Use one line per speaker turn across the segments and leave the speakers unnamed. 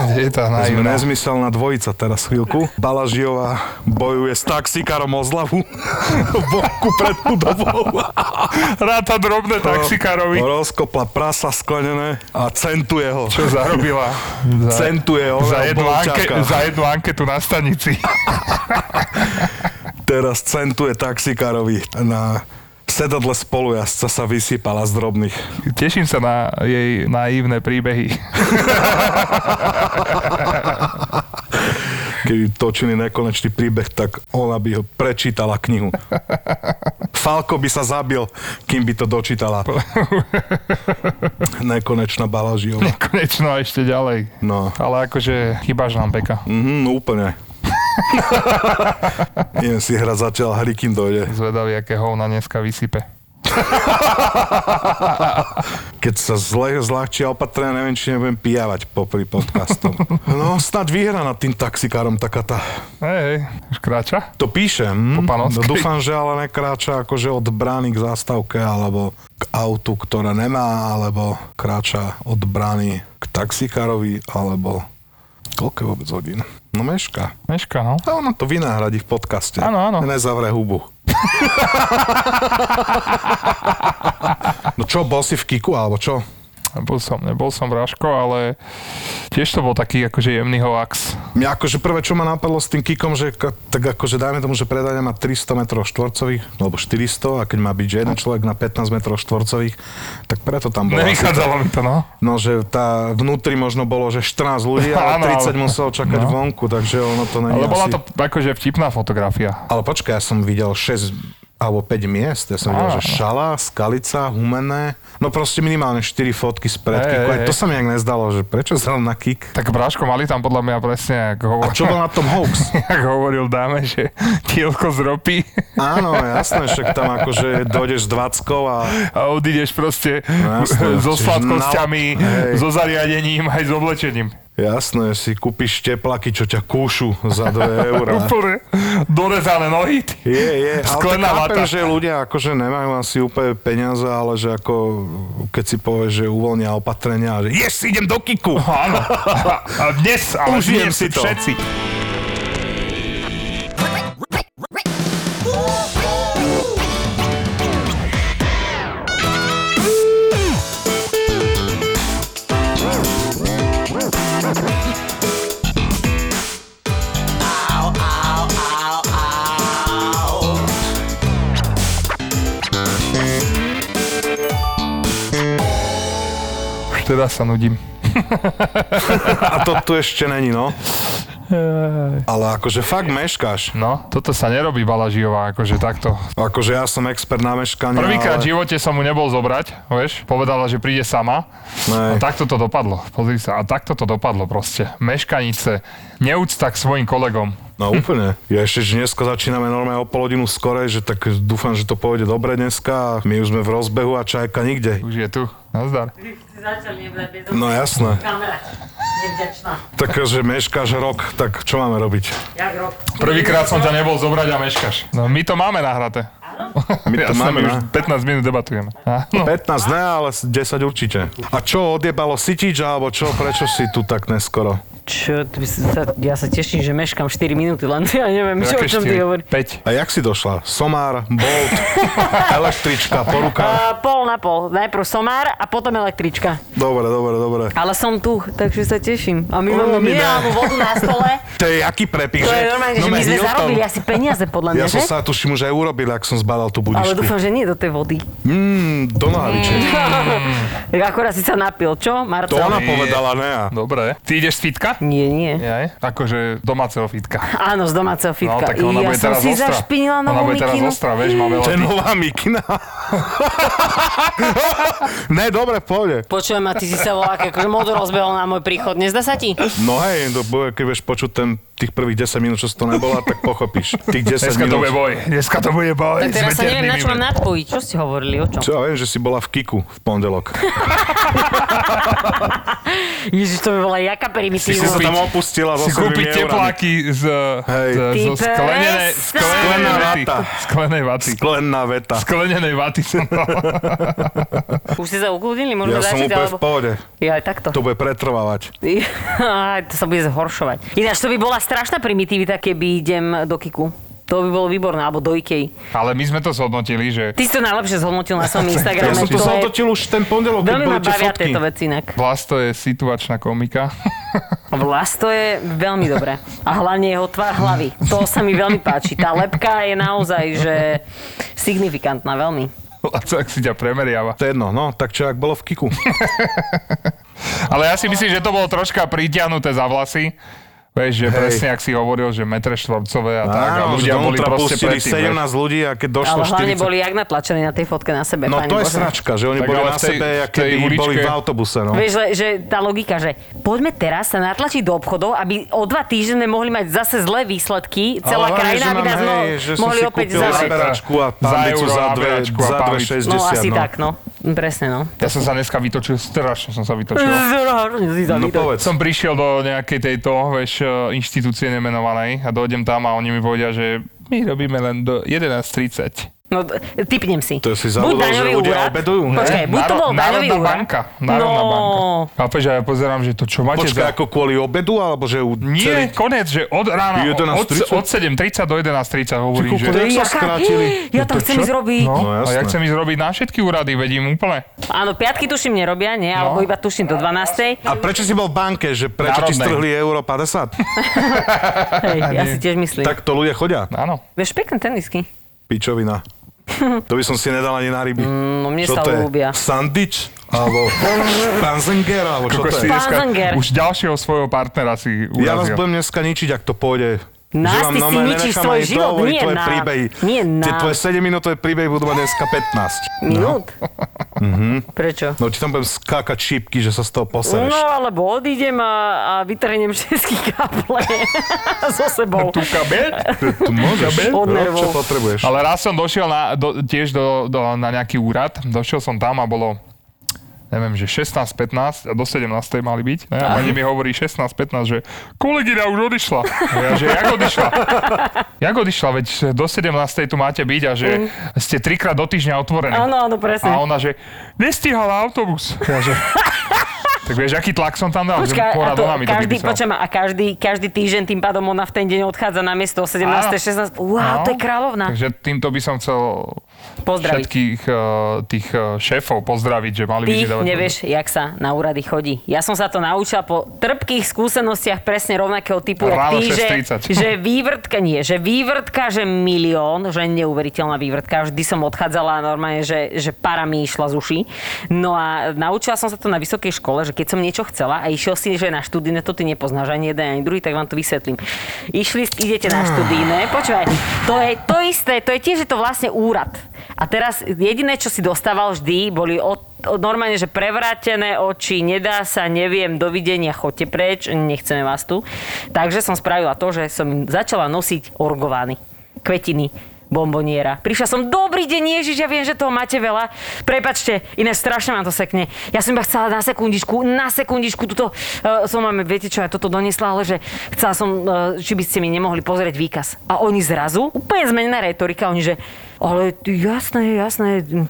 Kde je tá
Sme
naivná?
nezmyselná dvojica teraz chvíľku. Balažiová bojuje s taxikárom o zľavu vonku pred budovou.
Ráta drobné taxikárovi.
Rozkopla prasa sklenené a centuje ho.
Čo zarobila? Za,
Centuje ho.
za, jednu anke,
bolčaka.
za jednu anketu na stanici.
Teraz centuje taxikárovi na sedadle spolujazdca sa vysypala z drobných.
Teším sa na jej naivné príbehy.
Keby točili nekonečný príbeh, tak ona by ho prečítala knihu. Falko by sa zabil, kým by to dočítala. Nekonečná Balažiová.
Konečno ešte ďalej.
No.
Ale akože chýbaš nám peka.
Mhm, úplne. Idem si hrať zatiaľ hry, kým dojde.
Zvedavý, aké hovna dneska vysype.
Keď sa zle, zľahčia opatrenia, neviem, či nebudem pijavať popri podcastom. No, snad vyhra nad tým taxikárom taká tá...
Hej, hej, už kráča?
To píšem. No
Po panovskej.
dúfam, že ale nekráča akože od brány k zástavke, alebo k autu, ktoré nemá, alebo kráča od brány k taxikárovi, alebo... Koľko je vôbec hodín? No meška.
Meška, no.
A ono to vynáhradí v podcaste.
Áno, áno.
Nezavre hubu. no čo, bol si v kiku, alebo čo?
Bol som, nebol som Braško, ale tiež to bol taký akože jemný hoax.
Mňa akože prvé, čo ma napadlo s tým kikom, že ka- tak akože dajme tomu, že predania má 300 m štvorcových, alebo 400, a keď má byť že jeden človek na 15 m štvorcových, tak preto tam bolo. asi-
Nevychádzalo mi to, no.
No, že tá vnútri možno bolo, že 14 ľudí,
Áno, ale-
ale 30 muselo čakať
no.
vonku, takže ono to není
Ale bola to
asi...
akože vtipná fotografia.
Ale počkaj, ja som videl 6 alebo 5 miest. Ja som videl,
Á.
že Šala, Skalica, Humené. No proste minimálne 4 fotky z
Hej,
predky.
hej, hej.
To sa mi nejak nezdalo, že prečo sa na kik?
Tak Braško mali tam podľa mňa presne, ako
A
hovoril,
čo bol na tom hoax?
ako hovoril dáme, že tielko z ropy
Áno, jasné, však tam akože dojdeš s 20 a
a odídeš proste
No jasné,
so
čiže
sladkosťami,
na- hej.
so zariadením aj s oblečením.
jasné, si kúpiš teplaky, čo ťa kúšu za 2 eurá.
Úplne dorezané nohy. ty.
Je, je, ale tak
Sklená
chápem,
vata.
že ľudia akože nemajú asi úplne peniaze, ale že ako keď si povieš, že uvoľnia opatrenia, a že yes, idem do kiku.
Áno. A- A dnes, ale
Užijem
dnes
si to.
všetci. Už teraz Teda sa nudím.
A to tu ešte není, no. Ale akože fakt meškáš.
No, toto sa nerobí Balažiová, akože takto.
Akože ja som expert na meškanie,
Prvýkrát v
ale...
živote som mu nebol zobrať, vieš, povedala, že príde sama.
Nej.
A takto to dopadlo, pozri sa, a takto to dopadlo proste. Meškanice, neúcta k svojim kolegom.
No úplne. Ja ešte, že dneska začíname normálne o pol hodinu skorej, že tak dúfam, že to pôjde dobre dneska. My už sme v rozbehu a čajka nikde.
Už je tu, nazdar.
Vy ste začali nebrať bez
No jasné.
Kamarát, nevďačná.
Takže meškáš rok, tak čo máme robiť?
Jak rok.
Prvýkrát som ťa nebol zobrať a meškaš. No, my to máme nahraté.
My to
Jasné, my
máme, no.
už
na...
15 minút debatujeme. no. Áno.
15 ne, ale s- 10 určite. A čo, odjebalo Sitič, alebo čo, prečo si tu tak neskoro?
Čo, ty by si sa, ja sa teším, že meškam 4 minúty, len ja neviem, čo, o čom ty hovoríš.
5.
A jak si došla? Somár, Bolt, električka, po rukách.
Uh, pol na pol. Najprv somár a potom električka.
Dobre, dobre, dobre.
Ale som tu, takže sa teším. A my máme
my ne.
minerálnu vodu na stole.
To je aký prepich,
To je normálne, že my sme
Hilton.
zarobili asi peniaze, podľa mňa,
Ja som
že?
sa tuším už aj urobil, ak som zbadal tú
Ale
budišku.
dúfam, že nie do tej vody.
Mm, do nohaviček.
Tak Akorát si sa napil, čo,
To
Marcel?
ona povedala, ne ja.
Dobre. Ty ideš z fitka? fitka?
Nie, nie.
Jaj. Akože domáceho fitka.
Áno, z domáceho
No,
fitka.
tak ona
ja
bude
som
teraz
si
ostrá.
zašpinila
Ona
novú
bude teraz
mikinu.
ostrá, vieš, má veľa...
To je nová mikina. ne, dobre, pôjde.
Počujem ma, ty si sa volá, akože modu rozbehol na môj príchod. Nezdá sa ti?
No hej, to bude, keď budeš počuť ten, tých prvých 10 minút, čo si to nebola, tak pochopíš. Tých 10
Dneska to
minút.
bude boj. Dneska to bude boj.
Tak teraz
S
sa neviem,
veternými
na čo mám
vec-
nadpojiť. Čo ste hovorili, o čom?
Čo ja viem, že si bola v Kiku v pondelok.
Ježiš, to by bola jaká
Ty si
primitívna.
sa tam opustila so
si kúpiť
7 eurami.
tepláky z,
Hej.
z,
Ty
zo sklenenej,
presa.
sklenenej
Sklená
vaty.
vata.
Sklenej vaty.
Sklená veta.
Sklenenej vaty.
Už ste sa ukludnili, môžeme
Ja som
začať,
úplne v
alebo...
pohode.
Ja aj takto.
To bude pretrvávať.
Aj, to sa bude zhoršovať. Ináč, to by bola strašná primitivita, keby idem do Kiku. To by bolo výborné, alebo do Ikei.
Ale my sme to zhodnotili, že
Ty si to najlepšie zhodnotil na svojom
Ja
Instagrame.
som to
je-
zatočil už ten pondelok, keď
Veľmi ma
boli tie
bavia
fotky.
tieto veci inak.
Vlasto je situačná komika.
Vlas to je veľmi dobré. A hlavne jeho tvár hlavy. To sa mi veľmi páči. Tá lepka je naozaj, že signifikantná veľmi.
Laco, ak si ťa premeriava.
To je jedno, no, tak čo, ak bolo v Kiku.
Ale ja si myslím, že to bolo troška pritiahnuté za vlasy. Vieš, že
Hej.
presne, ak si hovoril, že metre štvorcové a tak. A
Áno,
ľudia
že
boli
dovnútra
proste
pustili
predtým.
17
vieš.
ľudí a keď došlo
Ale hlavne
40...
boli jak natlačení na tej fotke na sebe.
No
Pane
to je
Bože.
sračka, že oni
Tak
boli
ale
na
v tej-
sebe,
v
aké
tej
keby boli
uličke-
v autobuse, no.
Vieš, le- že tá logika, že poďme teraz sa natlačiť do obchodov, aby o dva týždne sme mohli mať zase zlé výsledky. Celá
Ale hlavne,
krajina,
že
aby
mám,
nás mo-
hej, že som
mohli
si
opäť
kúpil
zavrieť.
zaberačku a
Za
pambicu
euro
za dve,
zaberačku a
za dve
pambicu.
60,
No asi
no.
tak, no. Presne, no.
Ja som sa dneska vytočil, strašne som sa vytočil.
Mm.
No povedz.
Som prišiel do nejakej tejto, vieš, eh, inštitúcie nemenovanej a dojdem tam a oni mi povedia, že my robíme len do 11.30.
No, d- typnem si.
To si zabudol, že
daňový
ľudia
úrad-
obedujú, ne?
Počkaj, buď to
Náro-
bol daňový
Národná
úrad.
banka. Národná
no,
banka. Chápeš, a ja pozerám, že to čo máte
Počkaj,
za...
ako kvôli obedu, alebo že u celý...
Nie, konec, že od rána, od,
11.30?
od 7.30 do 11.30 hovorím,
Ty kokos,
že...
jak sa
Jaká-
skrátili?
Ja tam chcem ísť robiť.
No,
No,
a
jasné.
ja chcem ísť robiť na všetky úrady, vedím úplne.
Áno, piatky tuším nerobia, nie? Alebo iba tuším do 12.
No. A prečo si bol v banke, že prečo
Národnej.
ti strhli euro 50?
Hej, ja si tiež myslím.
tak to ľudia chodia.
Áno.
Vieš, pekné tenisky.
Pičovina. To by som si nedal ani na ryby.
No mne
Čo
sa
to je?
ľúbia.
Sandič? Alebo Panzenger? Alebo čo to
Kokos,
je?
ty dneska
Zanger.
už ďalšieho svojho partnera si urazil.
Ja vás budem dneska ničiť, ak to pôjde. Že vám
Nás ty si
normálne
ničíš
nenechám
svoj
ani
život,
dohovoriť
nie
tvoje
nám.
príbehy.
Nie
Tie
nám.
tvoje 7 minútové príbehy budú mať dneska 15.
Minút? Prečo?
No ti tam budem skákať šípky, že sa z toho posereš.
No alebo odídem a, a vytrhnem všetky káble so sebou.
Tu kabel?
Tu môžeš. Rob, čo
Od nervov.
potrebuješ.
Ale raz som došiel na, do, tiež do, do, na nejaký úrad, došiel som tam a bolo neviem, že 16.15 a do 17. mali byť. Ne? A
Ah.
pani mi hovorí 16.15, že kolegyňa už odišla. A Ja, že jak odišla? Jak odišla, veď do 17. tu máte byť a že ste trikrát do týždňa otvorení.
Mm. Áno, áno,
A
presne.
ona, že nestíhala autobus. Ja, že, tak vieš, aký tlak som tam dal?
Počkaj,
že
a,
pora
to,
do nami
každý,
to vypísal.
počujem, a každý, každý týždeň tým pádom ona v ten deň odchádza na miesto o 17. 16.
No.
Wow, to je kráľovná.
Takže týmto by som chcel
Pozdraviť.
všetkých eh, tých eh, šéfov pozdraviť, že mali by si
Ty
dávať
nevieš, jak sa na úrady chodí. Ja som sa to naučila po trpkých skúsenostiach presne rovnakého typu, jak
Ráno
ty, že,
6.30.
že vývrtka nie, že vývrtka, že milión, že neuveriteľná vývrtka. Vždy som odchádzala normálne, že, že para mi išla z uší. No a naučila som sa to na vysokej škole, že keď som niečo chcela a išiel si, že na študijné, to ty nepoznáš ani jeden, ani druhý, tak vám to vysvetlím. Išli, idete na študijné, počúvaj, to je to isté, to je tiež je to vlastne úrad. A teraz jediné, čo si dostával vždy, boli od od- normálne, že prevrátené oči, nedá sa, neviem, dovidenia, chodte preč, nechceme vás tu. Takže som spravila to, že som im začala nosiť orgovány, kvetiny, bomboniera. Prišla som, dobrý deň, Ježiš, ja viem, že toho máte veľa. Prepačte, iné strašne ma to sekne. Ja som iba chcela na sekundičku, na sekundičku, tuto uh, som máme, viete čo, ja toto donesla, ale že chcela som, uh, či by ste mi nemohli pozrieť výkaz. A oni zrazu, úplne zmenená retorika, oni že, ale ty, jasné, jasné, mm,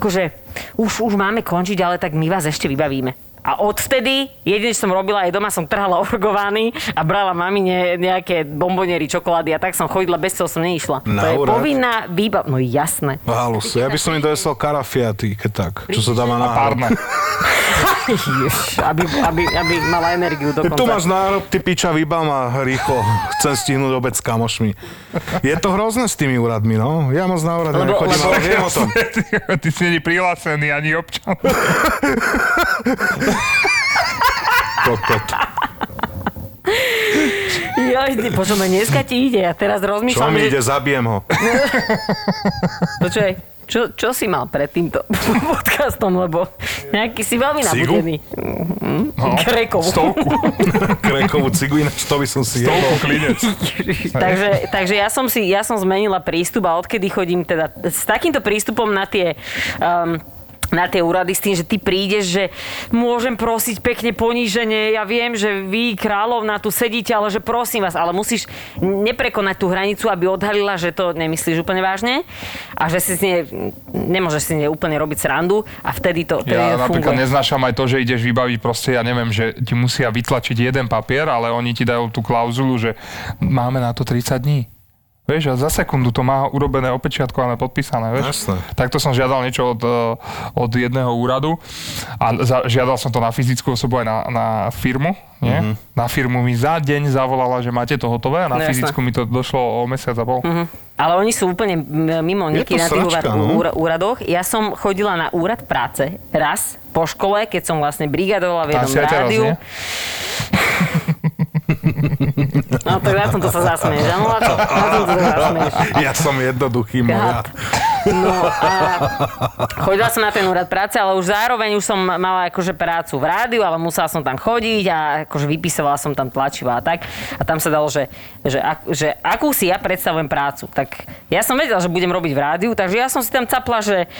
akože už, už máme končiť, ale tak my vás ešte vybavíme. A odvtedy, jediné, čo som robila aj doma, som trhala orgovány a brala mamine nejaké bomboniery, čokolády a tak som chodila, bez toho som neišla.
Na
to je
úrad?
povinná výba... No jasné.
Halus, ja by som im dojesol karafiaty, keď tak, čo sa dáva na
Párne.
Ježiš, aby, aby, aby mala energiu dokonca.
Tu máš nárob, ty piča, vybám a rýchlo. Chcem stihnúť obec s kamošmi. Je to hrozné s tými úradmi, no. Ja moc na úrady
Lebo-
nechodím,
lebo-
ale viem o tom.
Ty si není prihlásený ani občan.
Kokot.
Ja, počujem, dneska ti ide. Ja teraz
Čo
rozmýšľam,
mi
že...
ide, zabijem ho.
Počuaj, čo, čo si mal pred týmto podcastom, lebo nejaký si veľmi
Cigu?
nabudený. No, Krekov.
Stovku,
Krekovú cigu, ináč to by som si jedol.
stovku klinec.
takže, takže ja som si, ja som zmenila prístup a odkedy chodím teda s takýmto prístupom na tie um, na tie úrady s tým, že ty prídeš, že môžem prosiť pekne poníženie, ja viem, že vy kráľovna tu sedíte, ale že prosím vás, ale musíš neprekonať tú hranicu, aby odhalila, že to nemyslíš úplne vážne a že si z nej, nemôžeš si z nej úplne robiť srandu a vtedy to, to
Ja
nefunguje.
napríklad neznášam aj to, že ideš vybaviť proste, ja neviem, že ti musia vytlačiť jeden papier, ale oni ti dajú tú klauzulu, že máme na to 30 dní. Vieš, a za sekundu to má urobené opečiatkované, podpísané, vieš?
Jasné.
Takto som žiadal niečo od, eh, od jedného úradu a za, žiadal som to na fyzickú osobu aj na, na firmu, nie? Mm-hmm. Na firmu mi za deň zavolala, že máte to hotové a na no,
No jasné. Mhm.
fyzickú mi to došlo o mesiac a pol. Mm-hmm.
Ale oni sú úplne m- mimo
Je
niky
to
na tých úra-
sračka, no.
úra- úradoch. Ja som chodila na úrad práce raz po škole, keď som vlastne brigadovala v
Tam
jednom
si aj teraz,
rádiu.
nie?
no tak na tomto sa zasmieš. Áno, na, to, na tomto sa zasmieš.
Ja som jednoduchý moja.
Kat. No a chodila som na ten úrad práce, ale už zároveň už som mala akože prácu v rádiu, ale musela som tam chodiť a akože vypisovala som tam tlačiva a tak. A tam sa dalo, že, že, ak, že akú si ja predstavujem prácu. Tak ja som vedela, že budem robiť v rádiu, takže ja som si tam capla, že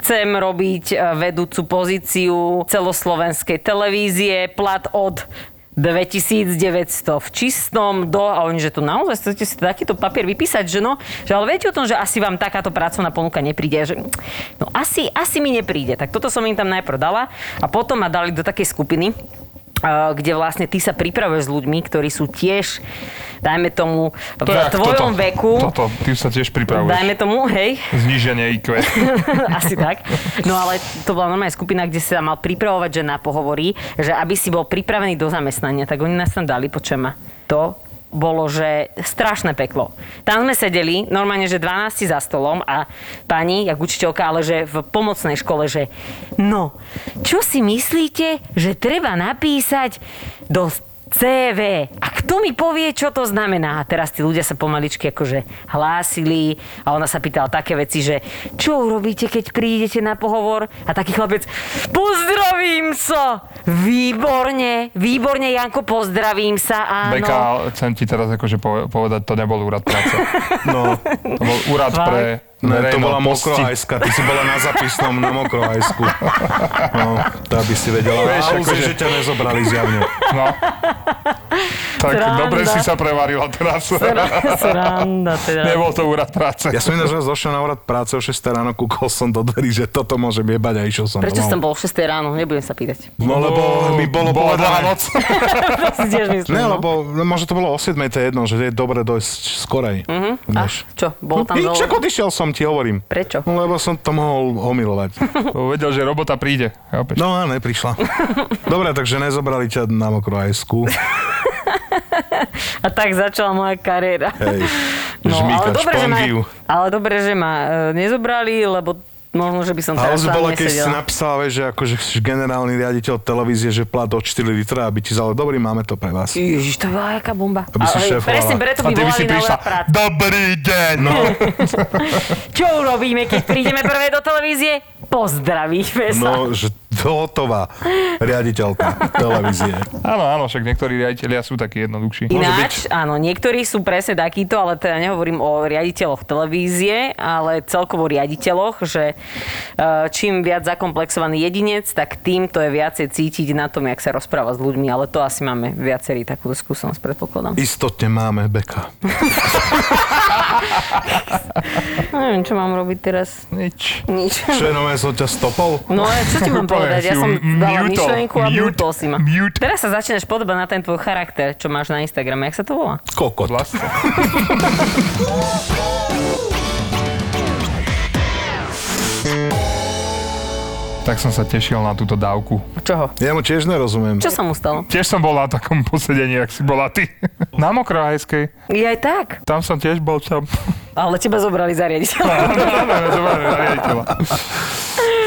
chcem robiť e, vedúcu pozíciu celoslovenskej televízie, plat od 2900 v čistom do a oni, že to naozaj chcete si takýto papier vypísať, že no, že ale viete o tom, že asi vám takáto pracovná ponuka nepríde, A že no asi, asi mi nepríde. Tak toto som im tam najprv dala a potom ma dali do takej skupiny, eh, kde vlastne ty sa pripravuješ s ľuďmi, ktorí sú tiež, dajme tomu,
To
v
je jak
tvojom
toto,
veku,
Toto, ty sa tiež pripravuješ.
dajme tomu, hej,
Zníženie IQ.
asi tak. No ale to bola normálna skupina, kde sa mal pripravovať, že na pohovorí, že aby si bol pripravený do zamestnania, tak oni nás tam dali, počujem ma. To bolo, že strašné peklo. Tam sme sedeli, normálne, že 12 za stolom a pani, jak učiteľka, ale že v pomocnej škole, že no, čo si myslíte, že treba napísať do CV. A kto mi povie, čo to znamená? A teraz tí ľudia sa pomaličky akože hlásili a ona sa pýtala také veci, že čo urobíte, keď prídete na pohovor? A taký chlapec, pozdravím sa! Výborne, výborne, Janko, pozdravím sa, áno.
Beka, chcem ti teraz akože pove- povedať, to nebol úrad práce.
No,
To bol úrad
Fakt?
pre
ne, to
verejnú
bola
posti.
mokrohajska, ty si bola na zapisnom na mokrohajsku. No, to aby si vedela.
Vieš,
Vieš, akože...
akože-
že ťa nezobrali zjavne.
No. Tak
Sranda.
dobre si sa prevarila teraz.
Sra- Sranda, teda.
Nebol to úrad práce.
Ja som ináč raz došiel na úrad práce o 6 ráno, no, kúkol som do dverí, že toto môžem jebať a išiel som
Prečo
domov.
som bol o 6 ráno? Nebudem sa pýtať.
No lebo mi bolo
bola dlhá
povedané...
noc.
To si tiež myslím.
Ne,
no.
lebo no, možno to bolo o 7, to je jedno, že je dobre dojsť skorej. Mm-hmm.
A čo, bol Mhm. tam
no,
dole?
Čak odišiel som, ti hovorím.
Prečo?
No, lebo som to mohol omilovať.
Vedel, že robota príde. Chápeš?
No a neprišla. Dobre, takže nezobrali ťa na mokrú ajsku.
A tak začala moja kariéra.
Hej,
No, ale
žmýkať
dobre, že ma,
špongiu.
ale dobre, že ma e, nezobrali, lebo možno, že by som
A
teraz
už
tam
bola, keď si
nesedela.
napísala, vieš, že akože si generálny riaditeľ televízie, že plat od 4 litra, aby ti zalo, dobrý, máme to pre vás.
Ježiš, to bola jaká bomba.
Aby si
Ale
šéfovala.
presne preto
A
by
ty by
volali
si
na
prišla,
úrad práce.
dobrý deň.
No.
Čo urobíme, keď prídeme prvé do televízie? Pozdravíme sa.
No, že hotová riaditeľka televízie.
Áno, áno, však niektorí riaditeľia sú takí jednoduchší.
Ináč, áno, niektorí sú presne takíto, ale teda nehovorím o riaditeľoch televízie, ale celkovo riaditeľoch, že e, čím viac zakomplexovaný jedinec, tak tým to je viacej cítiť na tom, jak sa rozpráva s ľuďmi, ale to asi máme viacerí takúto skúsenosť, predpokladám.
Istotne máme Beka.
No Neviem, čo mám robiť teraz.
Nič.
Nič.
Čo je nové, som ťa stopol?
No a čo ti mám
Úplne si
povedať? Ja
ju
som dala
mutol.
myšlenku a
Mute.
mutol si ma.
Mute.
Teraz sa začínaš podobať na ten tvoj charakter, čo máš na Instagrame. Jak sa to volá?
Kokot.
Vlastne. Tak som sa tešil na túto dávku.
Čoho?
Ja mu tiež nerozumiem.
Čo sa mu stalo?
Tiež som bol na takom posedení, ak si bola ty. Na Mokrohajskej.
Je aj tak.
Tam som tiež bol tam.
Ale teba zobrali za riaditeľa.
Áno, áno, ja som bol riaditeľa.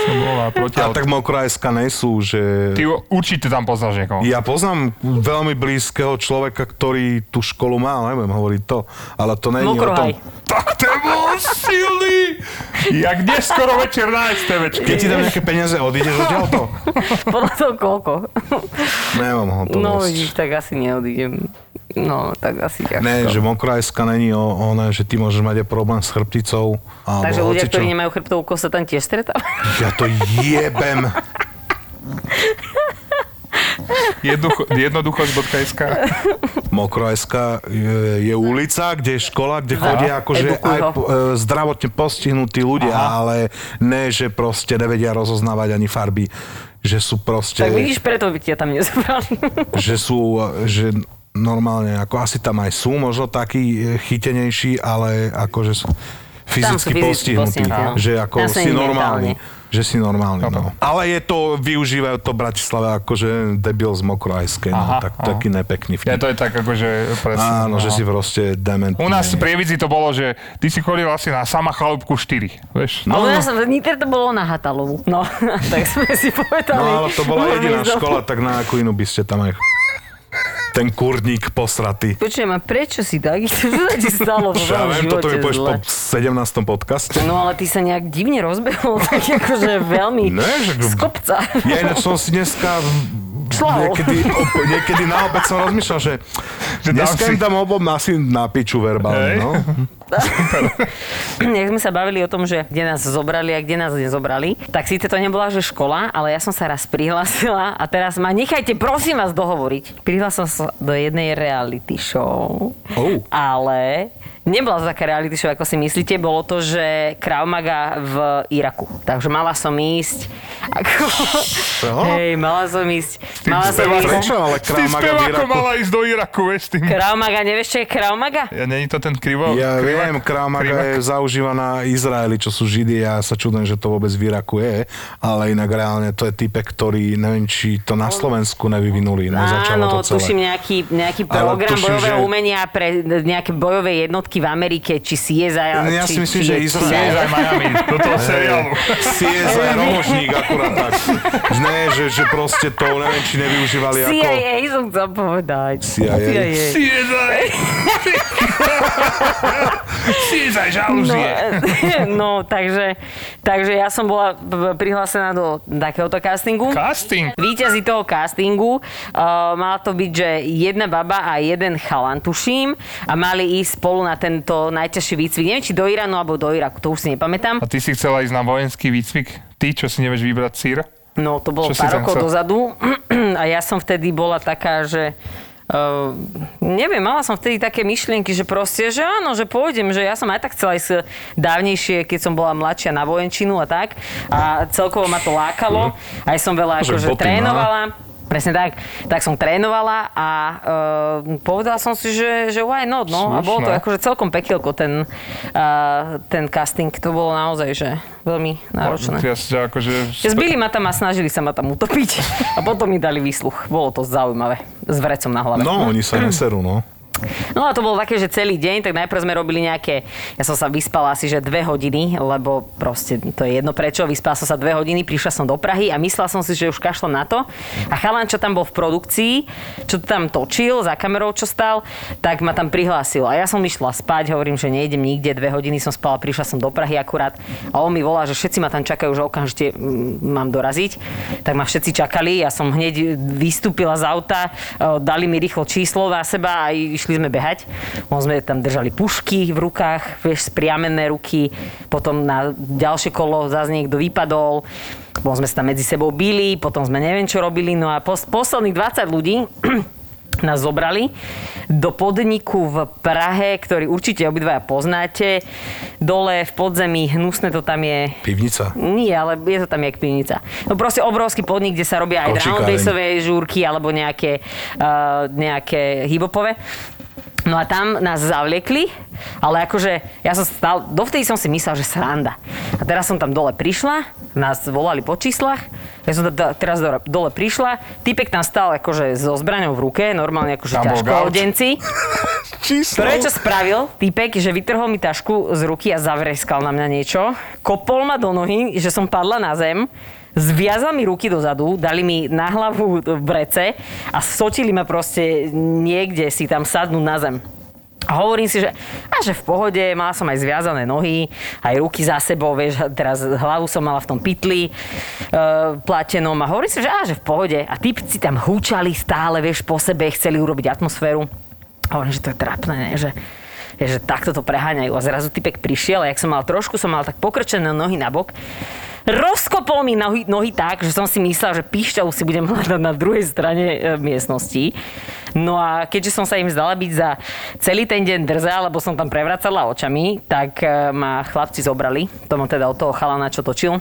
som bol na proti.
A
Ale...
tak Mokrajska nejsú, že...
Ty určite tam poznáš niekoho.
Ja poznám veľmi blízkeho človeka, ktorý tú školu má, nebudem hovoriť to, ale to není o tom.
Mokrohaj.
Tak to bol silný! Jak neskoro večer na
Keď
STVčke.
ti dám nejaké peniaze, odídeš odtiaľ to?
Podľa toho koľko.
Nemám
No
hotovosť.
vidíš, tak asi neodídem. No, tak asi ťažko.
Ne, že Mokrajska není o, ona, že ty môžeš mať aj problém s chrbticou. Alebo
Takže ľudia,
hocičo.
ktorí nemajú chrbtovú kost, sa tam tiež stretávajú.
Ja to jebem.
Jednoducho, jednoduchosť.sk
Mokrojská je, je ulica, kde je škola, kde chodia akože
Edukujú
aj
ho.
po- e, zdravotne postihnutí ľudia, Aha. ale ne, že proste nevedia rozoznávať ani farby. Že sú proste,
Tak vidíš, preto by ťa tam nezobrali.
že sú, e, že normálne, ako asi tam aj sú možno takí e, chytenejší, ale akože sú
sú
fyzicky
fyzicky
postihnutí.
postihnutí, áno.
Že ako
Tam sú
si
iní
normálny. Že si normálny, no.
Chápem.
Ale je to, využívajú to Bratislava akože debil z Mokroajskej, no,
Aha,
tak,
aha.
taký nepekný vtip.
Ja to je tak akože presne.
Áno, že si proste dementný. no.
U nás v Prievidzi to bolo, že ty si chodil asi na sama chalúbku 4, vieš?
No, Ale ja som, v Nitre to bolo na Hatalovu. No, tak sme si povedali.
No ale to bola
môžeme
jediná
ísť domov.
škola, tak na akú inú by ste tam aj... Ten kurník posratý.
Počujem, a prečo si tak? Čo sa ti stalo vo
Ja
svojom
viem,
živote
toto mi povieš
zle?
po 17. podcaste.
No ale ty sa nejak divne rozbehol, tak akože veľmi
Ne, že-
z kopca.
Ja ináč som si dneska
Šlahol.
niekedy, ob, niekedy na obed som rozmýšľal, že,
Že dám
dneska
si-
im dám obom asi na piču
Hej.
verbálne, no.
Jak sme sa bavili o tom, že kde nás zobrali a kde nás nezobrali, tak síce to nebola, že škola, ale ja som sa raz prihlásila a teraz ma nechajte, prosím vás, dohovoriť. Prihlásila som sa do jednej reality show,
Oh.
ale nebola to taká reality show, ako si myslíte. Bolo to, že Krav Maga v Iraku. Takže mala som ísť ako...
Čo?
Hej, mala som ísť. Mala som
spevákom.
ísť.
Prečo ale
S tým
Krav Maga v
spevákom
Iraku?
mala ísť do Iraku, vieš, s tým.
Krav Maga, nevieš, čo je Krav Maga?
Ja, není to ten krivo?
Ja
krivak?
viem,
Krivak?
Krámaga je zaužívaná Izraeli, čo sú Židia, ja sa čudujem, že to vôbec v Iraku je, ale inak reálne to je type, ktorý, neviem, či to na Slovensku nevyvinuli, no začalo
Áno,
to celé.
tuším nejaký, nejaký
Ale
program
tuším,
bojového
že-
umenia pre nejaké bojové jednotky v Amerike, či CSI. ale
Ja
či,
si myslím,
či,
že
či-
Izrael-
Ideš aj Miami, do toho seriálu.
CSI romožník akurát tak. Ne, že, že proste to, neviem, či nevyužívali ako...
CIA som chcel povedať.
CIA.
Siezaj! Siezaj,
No,
žalúzie!
no takže, takže ja som bola p- prihlásená do takéhoto castingu.
Casting.
Výťazí toho castingu uh, mala to byť, že jedna baba a jeden chalan, tuším, a mali ísť spolu na tento najťažší výcvik. Neviem, či do Iránu alebo do Iraku, to už si nepamätám.
A ty si chcela ísť na vojenský výcvik? Ty, čo si nevieš vybrať sír?
No, to bolo
Čo si
pár
tam
rokov
chcel?
dozadu a ja som vtedy bola taká, že Uh, neviem, mala som vtedy také myšlienky, že proste, že áno, že pôjdem, že ja som aj tak chcela ísť eh, dávnejšie, keď som bola mladšia na vojenčinu a tak. A celkovo ma to lákalo.
Mhm.
Aj som
Že
veľa akože
boty má.
trénovala. Presne tak. Tak som trénovala a uh, povedala som si, že, že why not, no. A bolo to
Slušné.
akože celkom pekielko, ten, uh, ten casting. To bolo naozaj, že veľmi náročné.
Ja si ťa akože...
Že Zbili ma tam a snažili sa ma tam utopiť a potom mi dali výsluch. Bolo to zaujímavé. S vrecom na hlave.
No, oni sa neserú, no.
No a to bolo také, že celý deň, tak najprv sme robili nejaké, ja som sa vyspala asi, že dve hodiny, lebo proste to je jedno prečo, vyspala som sa dve hodiny, prišla som do Prahy a myslela som si, že už kašlem na to. A chalan, čo tam bol v produkcii, čo to tam točil, za kamerou čo stal, tak ma tam prihlásil. A ja som išla spať, hovorím, že nejdem nikde, dve hodiny som spala, prišla som do Prahy akurát a on mi volá, že všetci ma tam čakajú, že okamžite mm, mám doraziť. Tak ma všetci čakali, ja som hneď vystúpila z auta, e, dali mi rýchlo číslo na seba a i- išli sme behať. On sme tam držali pušky v rukách, vieš, spriamené ruky, potom na ďalšie kolo zase niekto vypadol, potom sme sa tam medzi sebou bili, potom sme neviem čo robili, no a pos- posledných 20 ľudí nás zobrali do podniku v Prahe, ktorý určite obidvaja poznáte. Dole v podzemí hnusné to tam je.
Pivnica.
Nie, ale je to tam jak pivnica. No proste obrovský podnik, kde sa robia aj
Kočikáreň.
roundbaseové žúrky alebo nejaké, uh, nejaké hibopové. No a tam nás zavliekli, ale akože ja som stal, dovtedy som si myslel, že sranda. A teraz som tam dole prišla, nás volali po číslach, ja som teda teraz do- dole prišla, typek tam stal akože so zbraňou v ruke, normálne akože
Tam bol
ťažko
gauč.
odenci.
číslo.
Prvé, čo spravil týpek, že vytrhol mi tašku z ruky a zavreskal na mňa niečo. Kopol ma do nohy, že som padla na zem. Zviazal mi ruky dozadu, dali mi na hlavu brece a sotili ma proste niekde si tam sadnú na zem. A hovorím si, že, a že v pohode, mala som aj zviazané nohy, aj ruky za sebou, vieš, a teraz hlavu som mala v tom pytli e, platenom a hovorím si, že a že v pohode. A typci tam húčali stále, vieš, po sebe, chceli urobiť atmosféru. A hovorím, že to je trápne, ne? že je, že takto to preháňajú. A zrazu typek prišiel a jak som mal trošku, som mal tak pokrčené nohy na bok. Rozkopol mi nohy, nohy tak, že som si myslel, že píšťavu si budem hľadať na druhej strane e, miestnosti. No a keďže som sa im zdala byť za celý ten deň drzá, lebo som tam prevracala očami, tak e, ma chlapci zobrali. To mám teda od toho chalana, čo točil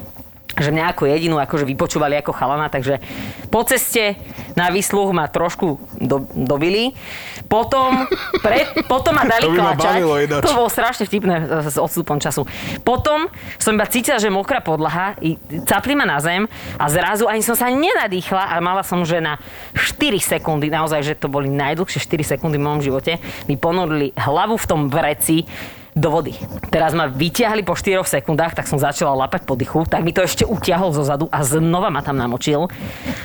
že mňa ako jedinú akože vypočúvali ako chalana, takže po ceste na výsluh ma trošku do, dobili. Potom, pre, potom ma dali
To by ma
kláčať.
bavilo ináč.
To bolo strašne vtipné e, s odstupom času. Potom som iba cítila, že je mokrá podlaha, i capli ma na zem a zrazu ani som sa nenadýchla a mala som, že na 4 sekundy, naozaj, že to boli najdlhšie 4 sekundy v mojom živote, mi ponurili hlavu v tom vreci do vody. Teraz ma vyťahli po 4 sekundách, tak som začala lapať po dychu, tak mi to ešte utiahol zo zadu a znova ma tam namočil.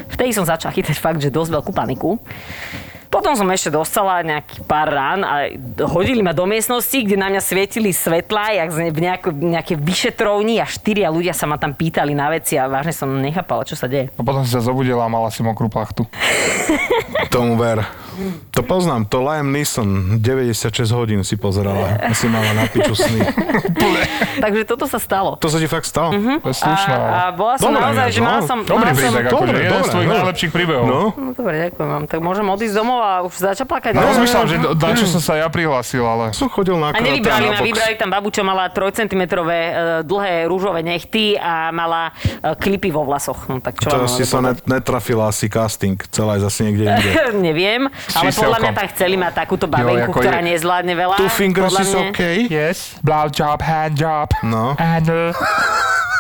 Vtedy som začala chytať fakt, že dosť veľkú paniku. Potom som ešte dostala nejaký pár rán a hodili ma do miestnosti, kde na mňa svietili svetlá, jak z ne- v nejako, nejaké vyšetrovni a štyria ľudia sa ma tam pýtali na veci a vážne som nechápala, čo sa deje.
A potom si sa zobudila a mala si mokrú plachtu.
Tomu ver. To poznám, to Liam Neeson, 96 hodín si pozerala, asi mala na piču sny.
Takže toto sa stalo.
To sa ti fakt stalo? Mm-hmm.
To je
A,
slušné. ale-
a bola som
Dobre,
naozaj, že
no.
mala som...
Dobrý
mala som,
príbeh,
dobre,
akože jeden z
dobre,
tvojich
no.
najlepších príbehov.
No,
No dobre, ďakujem vám. Tak môžem odísť domov a už začať plakať.
Ja
No,
rozmýšľam, že na čo som sa ja prihlásil, ale...
som chodil na
A
kráta
nevybrali
na
ma,
box.
vybrali tam babu, čo mala 3 cm dlhé rúžové nechty a mala e, klipy vo vlasoch. No tak čo
To
vám
si
mám
sa ne, netrafila asi casting, celá je zase niekde inde.
povedať? Neviem, ale podľa mňa tam chceli mať takúto babenku,
ako
ktorá
je-
nezvládne veľa.
Two fingers
podľa
is
mňa.
okay.
Yes. Blow job, hand job.
No.
Handle.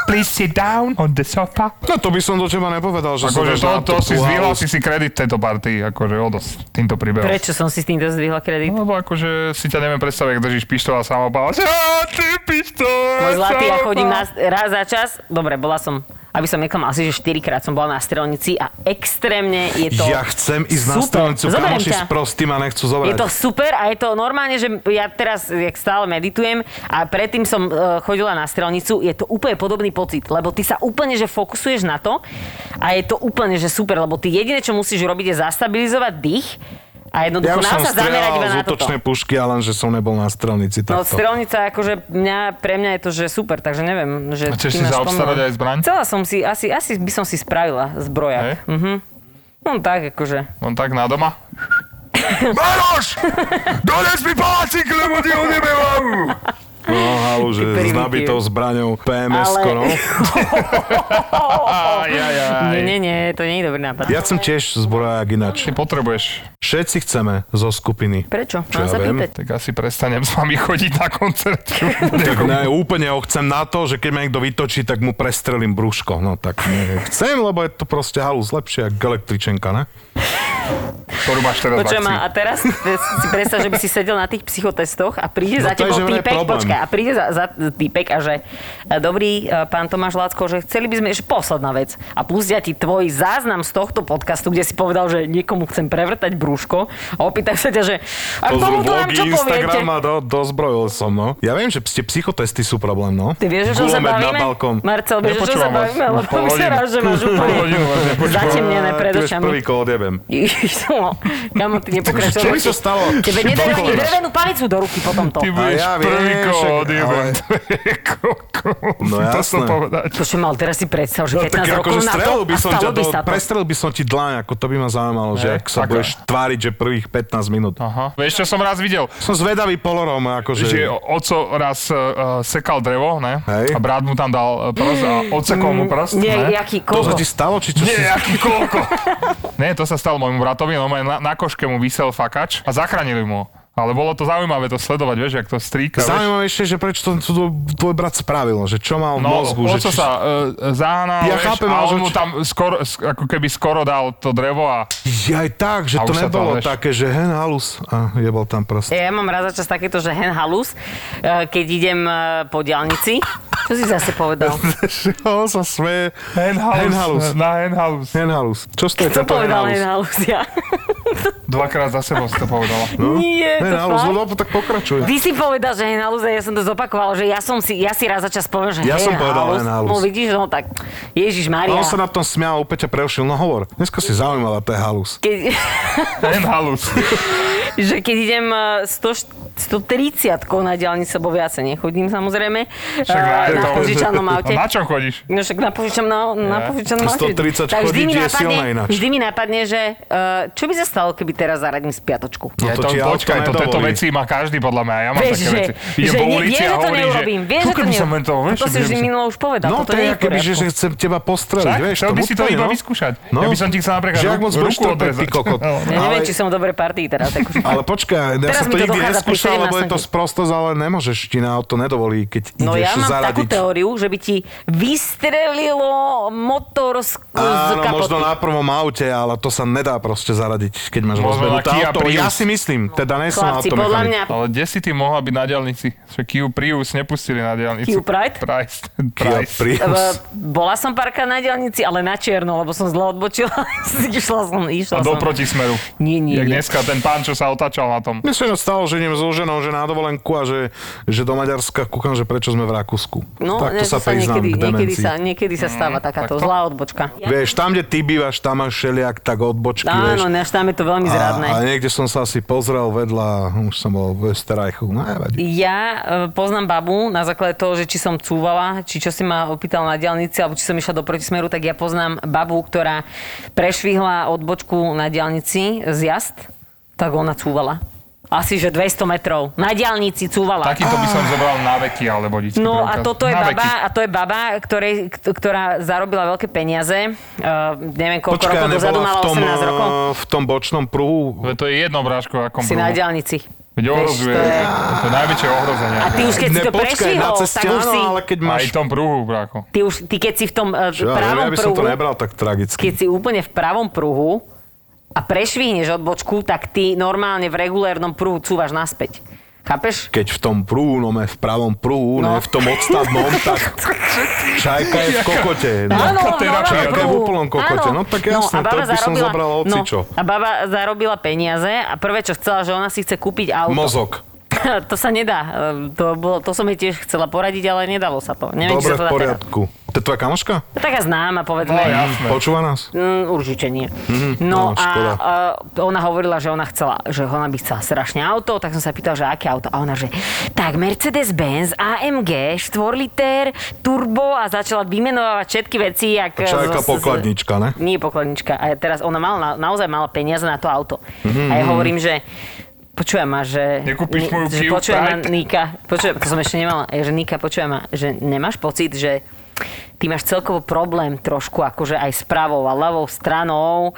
Please sit down on the sofa.
No to by som do teba nepovedal, že
Akože to,
som
to si zvýhla si si kredit tejto partii, akože odosť týmto príbehom.
Prečo som si s týmto
No,
zdvihla kredit?
Lebo akože si ťa neviem predstaviť, ak držíš pištol a samopál. Á, ty pištol!
Môj zlatý, ja
samopál.
chodím na, raz za čas. Dobre, bola som, aby som neklamal, asi že 4 krát som bola na strelnici a extrémne je to...
Ja chcem ísť na
Super,
strelnicu,
zoberiem
kamoši
ťa.
s prostým a nechcú
Je
zobrať.
to super a je to normálne, že ja teraz, jak stále meditujem a predtým som e, chodila na strelnicu, je to úplne podobný pocit, lebo ty sa úplne, že fokusuješ na to a je to úplne, že super, lebo ty jediné, čo musíš robiť, je zastabilizovať dých
Ja
a
už
jednoducho ja
som
sa zamerať
strelal
iba
z
na toto.
útočnej pušky, ale že som nebol na strelnici.
No
Takto.
strelnica, akože mňa, pre mňa je to, že super, takže neviem, že...
A chceš si
ty máš
zaobstarať
pomalu.
aj zbraň?
Chcela som si, asi, asi by som si spravila
Hej.
zbrojak. Mhm. No tak, akože.
On tak na doma. Maroš! Dones mi palácik, lebo ti ho nemám!
No, halu, že s
primitív.
nabitou zbraňou PMS,
Ale-
no.
Aj, aj, aj.
Nie, nie, nie, to nie je dobrý nápad.
Ja chcem tiež zbroják ináč.
Ty potrebuješ.
Všetci chceme zo skupiny.
Prečo?
Čo
Mám
ja
sa
viem?
pýtať.
Tak asi prestanem s vami chodiť na koncert.
Tak ne, úplne ho chcem na to, že keď ma niekto vytočí, tak mu prestrelím brúško. No tak nie. chcem, lebo je to proste halus lepšie, ako električenka, ne?
Ktorú máš teraz
No,
v
Počujem
akcii.
ma, a teraz si predstav, že by si sedel na tých psychotestoch a príde
No
za
to je,
tebou
že vraj
týpek,
problém.
počkaj, a príde za, za týpek a že e, dobrý e, pán Tomáš Lácko, že chceli by sme ešte posledná vec a pustia ti tvoj záznam z tohto podcastu, kde si povedal, že niekomu chcem prevrtať brúško a opýtajú sa ťa, že a k tomu to vám čo poviete?
Instagram a do, dozbrojil som, no. Ja viem, že ste psychotesty sú problém, no.
Ty vieš, o čom sa
Gulomet
bavíme?
na balkón.
Marcel, vieš, o čom sa
Nepočúvam vás.
bavíme?
Už
Lebo
pol
vyzeráš,
hodinu.
že máš
Pol hodinu
úplne
vás nepočúvam.
zatemnené
Á,
pred
ty vieš, Prvý
očami.
koho odjebem.
No, Kamo, ty nepokračuješ.
Čo by sa stalo?
Tebe nedajú ani drevenú palicu do ruky po tomto.
Ty budeš
ja viem,
prvý
však,
kód, jebem.
ale-
No
No
to som
jasné.
povedať.
To čo mal, teraz si predstav, že 15
tak
rokov
akože
na
strelil
to
by
a
som ťa
stalo by
do,
sa to.
prestrelil by som ti dláň, ako to by ma zaujímalo, že
Ne,
ak sa
taká.
budeš tváriť, že prvých 15 minút.
No.
Aha. Vieš, čo som raz videl?
Som zvedavý polorom, akože...
Že oco raz uh, sekal drevo, ne?
Hej. Mm.
A brat mu tam dal eh, prst a odsekol mu prst,
Nie,
ne?
jaký
To sa
koľko.
ti stalo, či čo
Nie,
si...
aký koľko? Nie, to sa stalo môjmu bratovi, no na, na koške mu vysel fakač a zachránili mu. ho. Ale bolo to zaujímavé to sledovať, vieš, jak to stríka. vieš.
Zaujímavejšie, že prečo to tvoj- tvoj brat spravil, že čo mal v
No,
mozgu,
o čo
že či-
sa e, zahnal,
Ja
vieš,
chápem,
a
ale
on
že
mu
či-
tam skoro, s- ako keby skoro dal to drevo a
Aj tak, že
A
to
už sa to,
nebolo
vieš.
také, že hen halus a jebal tam prst.
Ja mám raz za čas takéto, že hen halus, eh, keď idem eh, po diálnici. Čo si zase povedal?
Že on sa smeje.
Henhalus. Na Henhalus.
Hen halus. Čo stojí
Čo
tento hen
povedal hen
halus?
halus? Ja.
Dvakrát za sebou si to povedala.
Nie,
No? Hen
to
halus, no.
fakt?
lebo tak pokračuje.
Ty si povedal, že hen halus a ja som to zopakoval, že ja som si, ja si raz za čas poviem, že
Ja
hen
som povedal
halus.
hen halus.
No vidíš, no tak, Ježiš
A
Maria.
on sa na tom smial, opäť ťa preušil. No hovor, dneska si zaujímavá, to je halus.
Keď,
Henhalus.
že keď idem eh, 100, 130 na diálnici, lebo viac sa nechodím samozrejme,
Však
eh,
na-
na
to-
požičanom aute.
A na čom chodíš?
No však na požičom na, na
Ja.
požičanom aute.
130
Tak vždy
chodiť
mi
je
napadne-
silná ináč.
Vždy mi napadne, že eh, čo by sa stalo, keby teraz zaradím spiatočku.
No
Ja
to ti auto
počkaj, to,
nedovolí.
tieto veci má každý podľa mňa, ja mám
Vieš,
také
že,
veci. Idem
že
po
nie-
ulici
vieš,
a
že to
hovorím, že
neurobím. Vieš,
čo
že to,
keby
ne...
som len to, vieš,
to si
že
vždy
by som-
minulo už povedal.
No
toto
to je,
nie
ako
v
keby, že
poriadku.
chcem teba postreliť,
Tak,
vieš.
chcel by si to
úplne,
iba
no.
vyskúšať. Ja by som ti chcel napríklad
Že ak
ru-
moc budeš
ruku
trpeť, ty
odrezať.
kokot.
No.
Ja neviem,
Ale-
či som v dobrej partii teraz. akože.
Ale počkaj, ja
Teraz
som
mi
to
to
nikdy
dochádza pri
neskúšal, lebo je to
17.
sprostosť, ale nemôžeš, ti na auto nedovolí, keď
No
ideš
ja mám takú
zaradiť.
teóriu, že by ti vystrelilo motor z, z
Áno,
kapoty.
možno na prvom aute, ale to sa nedá proste zaradiť, keď máš
Možno
rozbenuté
na Kia
auto. Ja
Prius.
si myslím, teda nie som
Chlapci, podľa
automechanik.
mňa
Ale kde si ty mohla byť na diaľnici? Že Kia Prius nepustili na diaľnicu.
Kia Pride?
Price.
Kia
Price.
Prius.
e, bola som párkrát na diálnici, ale na čierno, lebo som zle odbočila. išla som, išla
A
som.
do protismeru.
Nie, nie,
Jak
nie.
dneska ten pán, čo sa otáčal na tom.
Mne sa jedno stalo, že idem so ženou, že na dovolenku a že, že do Maďarska kúkam, že prečo sme v Rakúsku.
No,
tak to
to
sa priznám
niekedy,
k
niekedy,
demencii. Mhm.
sa, niekedy sa stáva takáto
takto.
zlá odbočka.
Vieš, tam, kde ty bývaš, tam máš šeliak, tak odbočky, vieš.
Áno, náš tam je to veľmi zradné.
A, a niekde som sa asi pozrel vedľa, už som bol v Österreichu, no nevadí.
Ja e, poznám babu na základe toho, že či som cúvala, či čo si ma opýtal na diálnici, alebo či som išla do protismeru, tak ja poznám babu, ktorá prešvihla odbočku na diálnici z jazd, tak ona cúvala. Asi že 200 metrov. Na diálnici cúvala.
Takýto by som zobral na veky, alebo vodičský
No
preukaz.
a toto je
na veky.
baba, a to je baba, ktorej, k- ktorá zarobila veľké peniaze. Uh, neviem, koľko
Počkaj,
rokov dozadu
nebola v
mala
tom,
18 rokov.
eh, v tom bočnom pruhu.
Veď to je jedno, Bráško, akom
Si na diálnici.
Veď ohrozuje.
to
To
je-
je to najväčšie ohrozenie.
A ty už keď si
Ne,
to
počkaj, na
prešvihol,
ceste
tak už
áno,
si...
ale keď
Aj
máš...
v tom pruhu, Bráko.
Ty, už, ty keď si v tom uh,
Čo, ja neviem,
pravom
ja by som
pruhu,
to nebral tak tragicky.
keď si úplne v pravom pruhu a prešvihneš odbočku, tak ty normálne v regulérnom pruhu cúvaš naspäť. Chápeš?
keď v tom prúhu, no me v pravom prúhu, no. ne v tom odstavnom, tak čajka je v kokote. No.
Áno,
Taká terapia,
áno,
taká
áno.
v úplnom kokote. No
Áno.
tak jasné,
a baba
to by som zobral hocičo.
No, a baba zarobila peniaze a prvé, čo chcela, že ona si chce kúpiť auto.
Mozog.
to sa nedá. Ehm, To, bolo, to som jej tiež chcela poradiť, ale nedalo sa to. Neviem, či
Dobre,
sa to
v
dá
poriadku. To je tvoja kamoška?
Teraz. Taká známa,
No
povedzme.
jasné.
Počúva nás?
Mm, určite nie.
no,
No,
škoda.
a e, ona hovorila, že ona chcela, že ona by chcela strašne auto, tak som sa pýtal, že aké auto. A ona, že tak Mercedes-Benz, AMG, 4 liter, turbo a začala vymenovať všetky veci. Jak,
A čo, aká pokladnička, ne?
Nie pokladnička. A teraz ona mala, na- naozaj mala peniaze na to auto. A ja hovorím, že Počujem ma, že...
Mm. Nekúpiš moju
že
Kia
Počujem ma,
Pride?
Nika, počujem, to som ešte nemala, že Nika, počujem ma, že nemáš pocit, že ty máš celkovo problém trošku akože aj s pravou a ľavou stranou,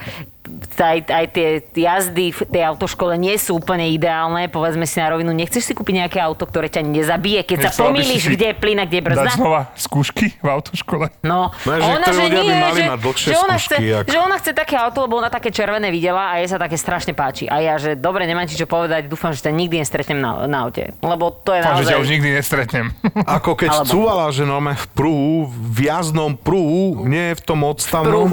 aj, aj tie jazdy v tej autoškole nie sú úplne ideálne, povedzme si na rovinu, nechceš si kúpiť nejaké auto, ktoré ťa nezabije, keď sa
Nechcela by si
pomýliš,
si
kde je plyn a kde je
Dať
brzda.
znova skúšky v autoškole.
No,
No, že
a ona,
niektorí
že
ľudia
nie,
by mali
že,
mať dlhšie
že, ona
skúšky,
chce,
ak-
že ona chce také auto, lebo ona také červené videla a jej sa také strašne páči. A ja, že dobre, nemám ti čo povedať, dúfam, že ťa nikdy nestretnem na, na aute. Lebo to je
Dúfam, že
naozaj...
ťa už nikdy nestretnem.
Ako keď
Alebo-
cúvala, že normálne v prúhu, v jazdnom prúhu, nie v tom
pruhu.
odstavnom.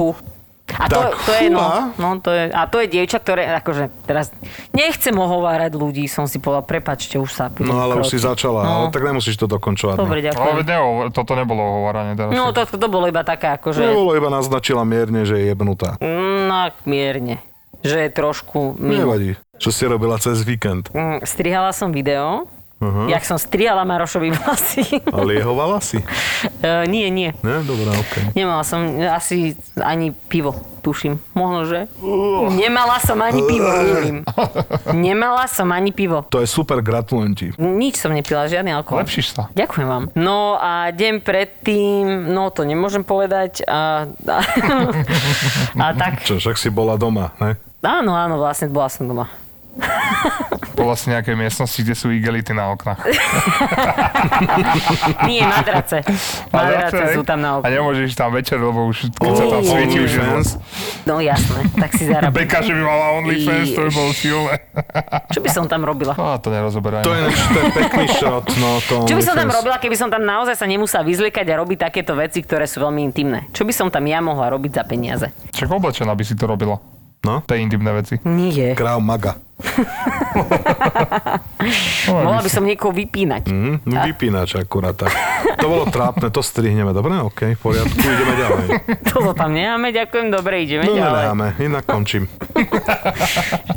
A to,
No. Tak,
to je,
fúha.
no, no, to je, a to je dievča, ktoré, akože teraz, nechcem ohovárať ľudí, som si povedal, prepačte, už sa budem
No ale už si
krotiť.
začala,
No.
ale tak nemusíš to dokončovať.
Ale
no.
Dobre,
veď
ďakujem.
nehovor, toto nebolo hovoranie teraz.
No, to, to bolo iba taká, akože,
Nebolo iba naznačila mierne, že je jebnutá.
no, mierne, že je trošku mimo.
Nevadí. Čo si robila cez víkend?
Mm, Strihala som video, uh-huh. jak som strihala Marošovi vlasy.
A liehovala si?
E, nie, nie.
Ne, dobrá, okej.
Nemala som asi ani pivo, tuším. Možno, že? Nemala som ani pivo, neviem. Nemala som ani pivo.
To je super, gratulujem ti.
Nič som nepila, žiadny alkohol.
Lepšíš sa.
Ďakujem vám. No a deň predtým, no to nemôžem povedať. A, a, a tak,
Čo, však si bola doma, ne?
áno, áno, vlastne bola som doma.
Bola si nejakej vlastne miestnosti, kde sú igelity na oknách.
Nie, madrace. Madrace
hej?
sú tam na
A
okne.
nemôžeš tam večer, lebo už keď sa tam
Oh,
svieti, už je
OnlyFans.
zle.
No jasné, tak si zarabím.
Beka, že by mala OnlyFans, to by bolo silné.
Čo by som tam robila?
No, to nerozoberajme.
To je, to je pekný šrot, no to
Čo by som tam
OnlyFans.
robila, keby som tam naozaj sa nemusela vyzliekať a robiť takéto veci, ktoré sú veľmi intimné? Čo by som tam ja mohla robiť za peniaze?
Čak oblečená by si to robila.
No.
Tie intimné veci.
Nie.
Krav Maga.
Mohla by som niekoho vypínať.
Hm? Vypínač akurát tak. To bolo trápne, to strihneme, dobre? OK, v poriadku, ideme ďalej.
Toto tam nemáme, ďakujem, dobre, ideme
No
ďalej.
nedáme, inak končím.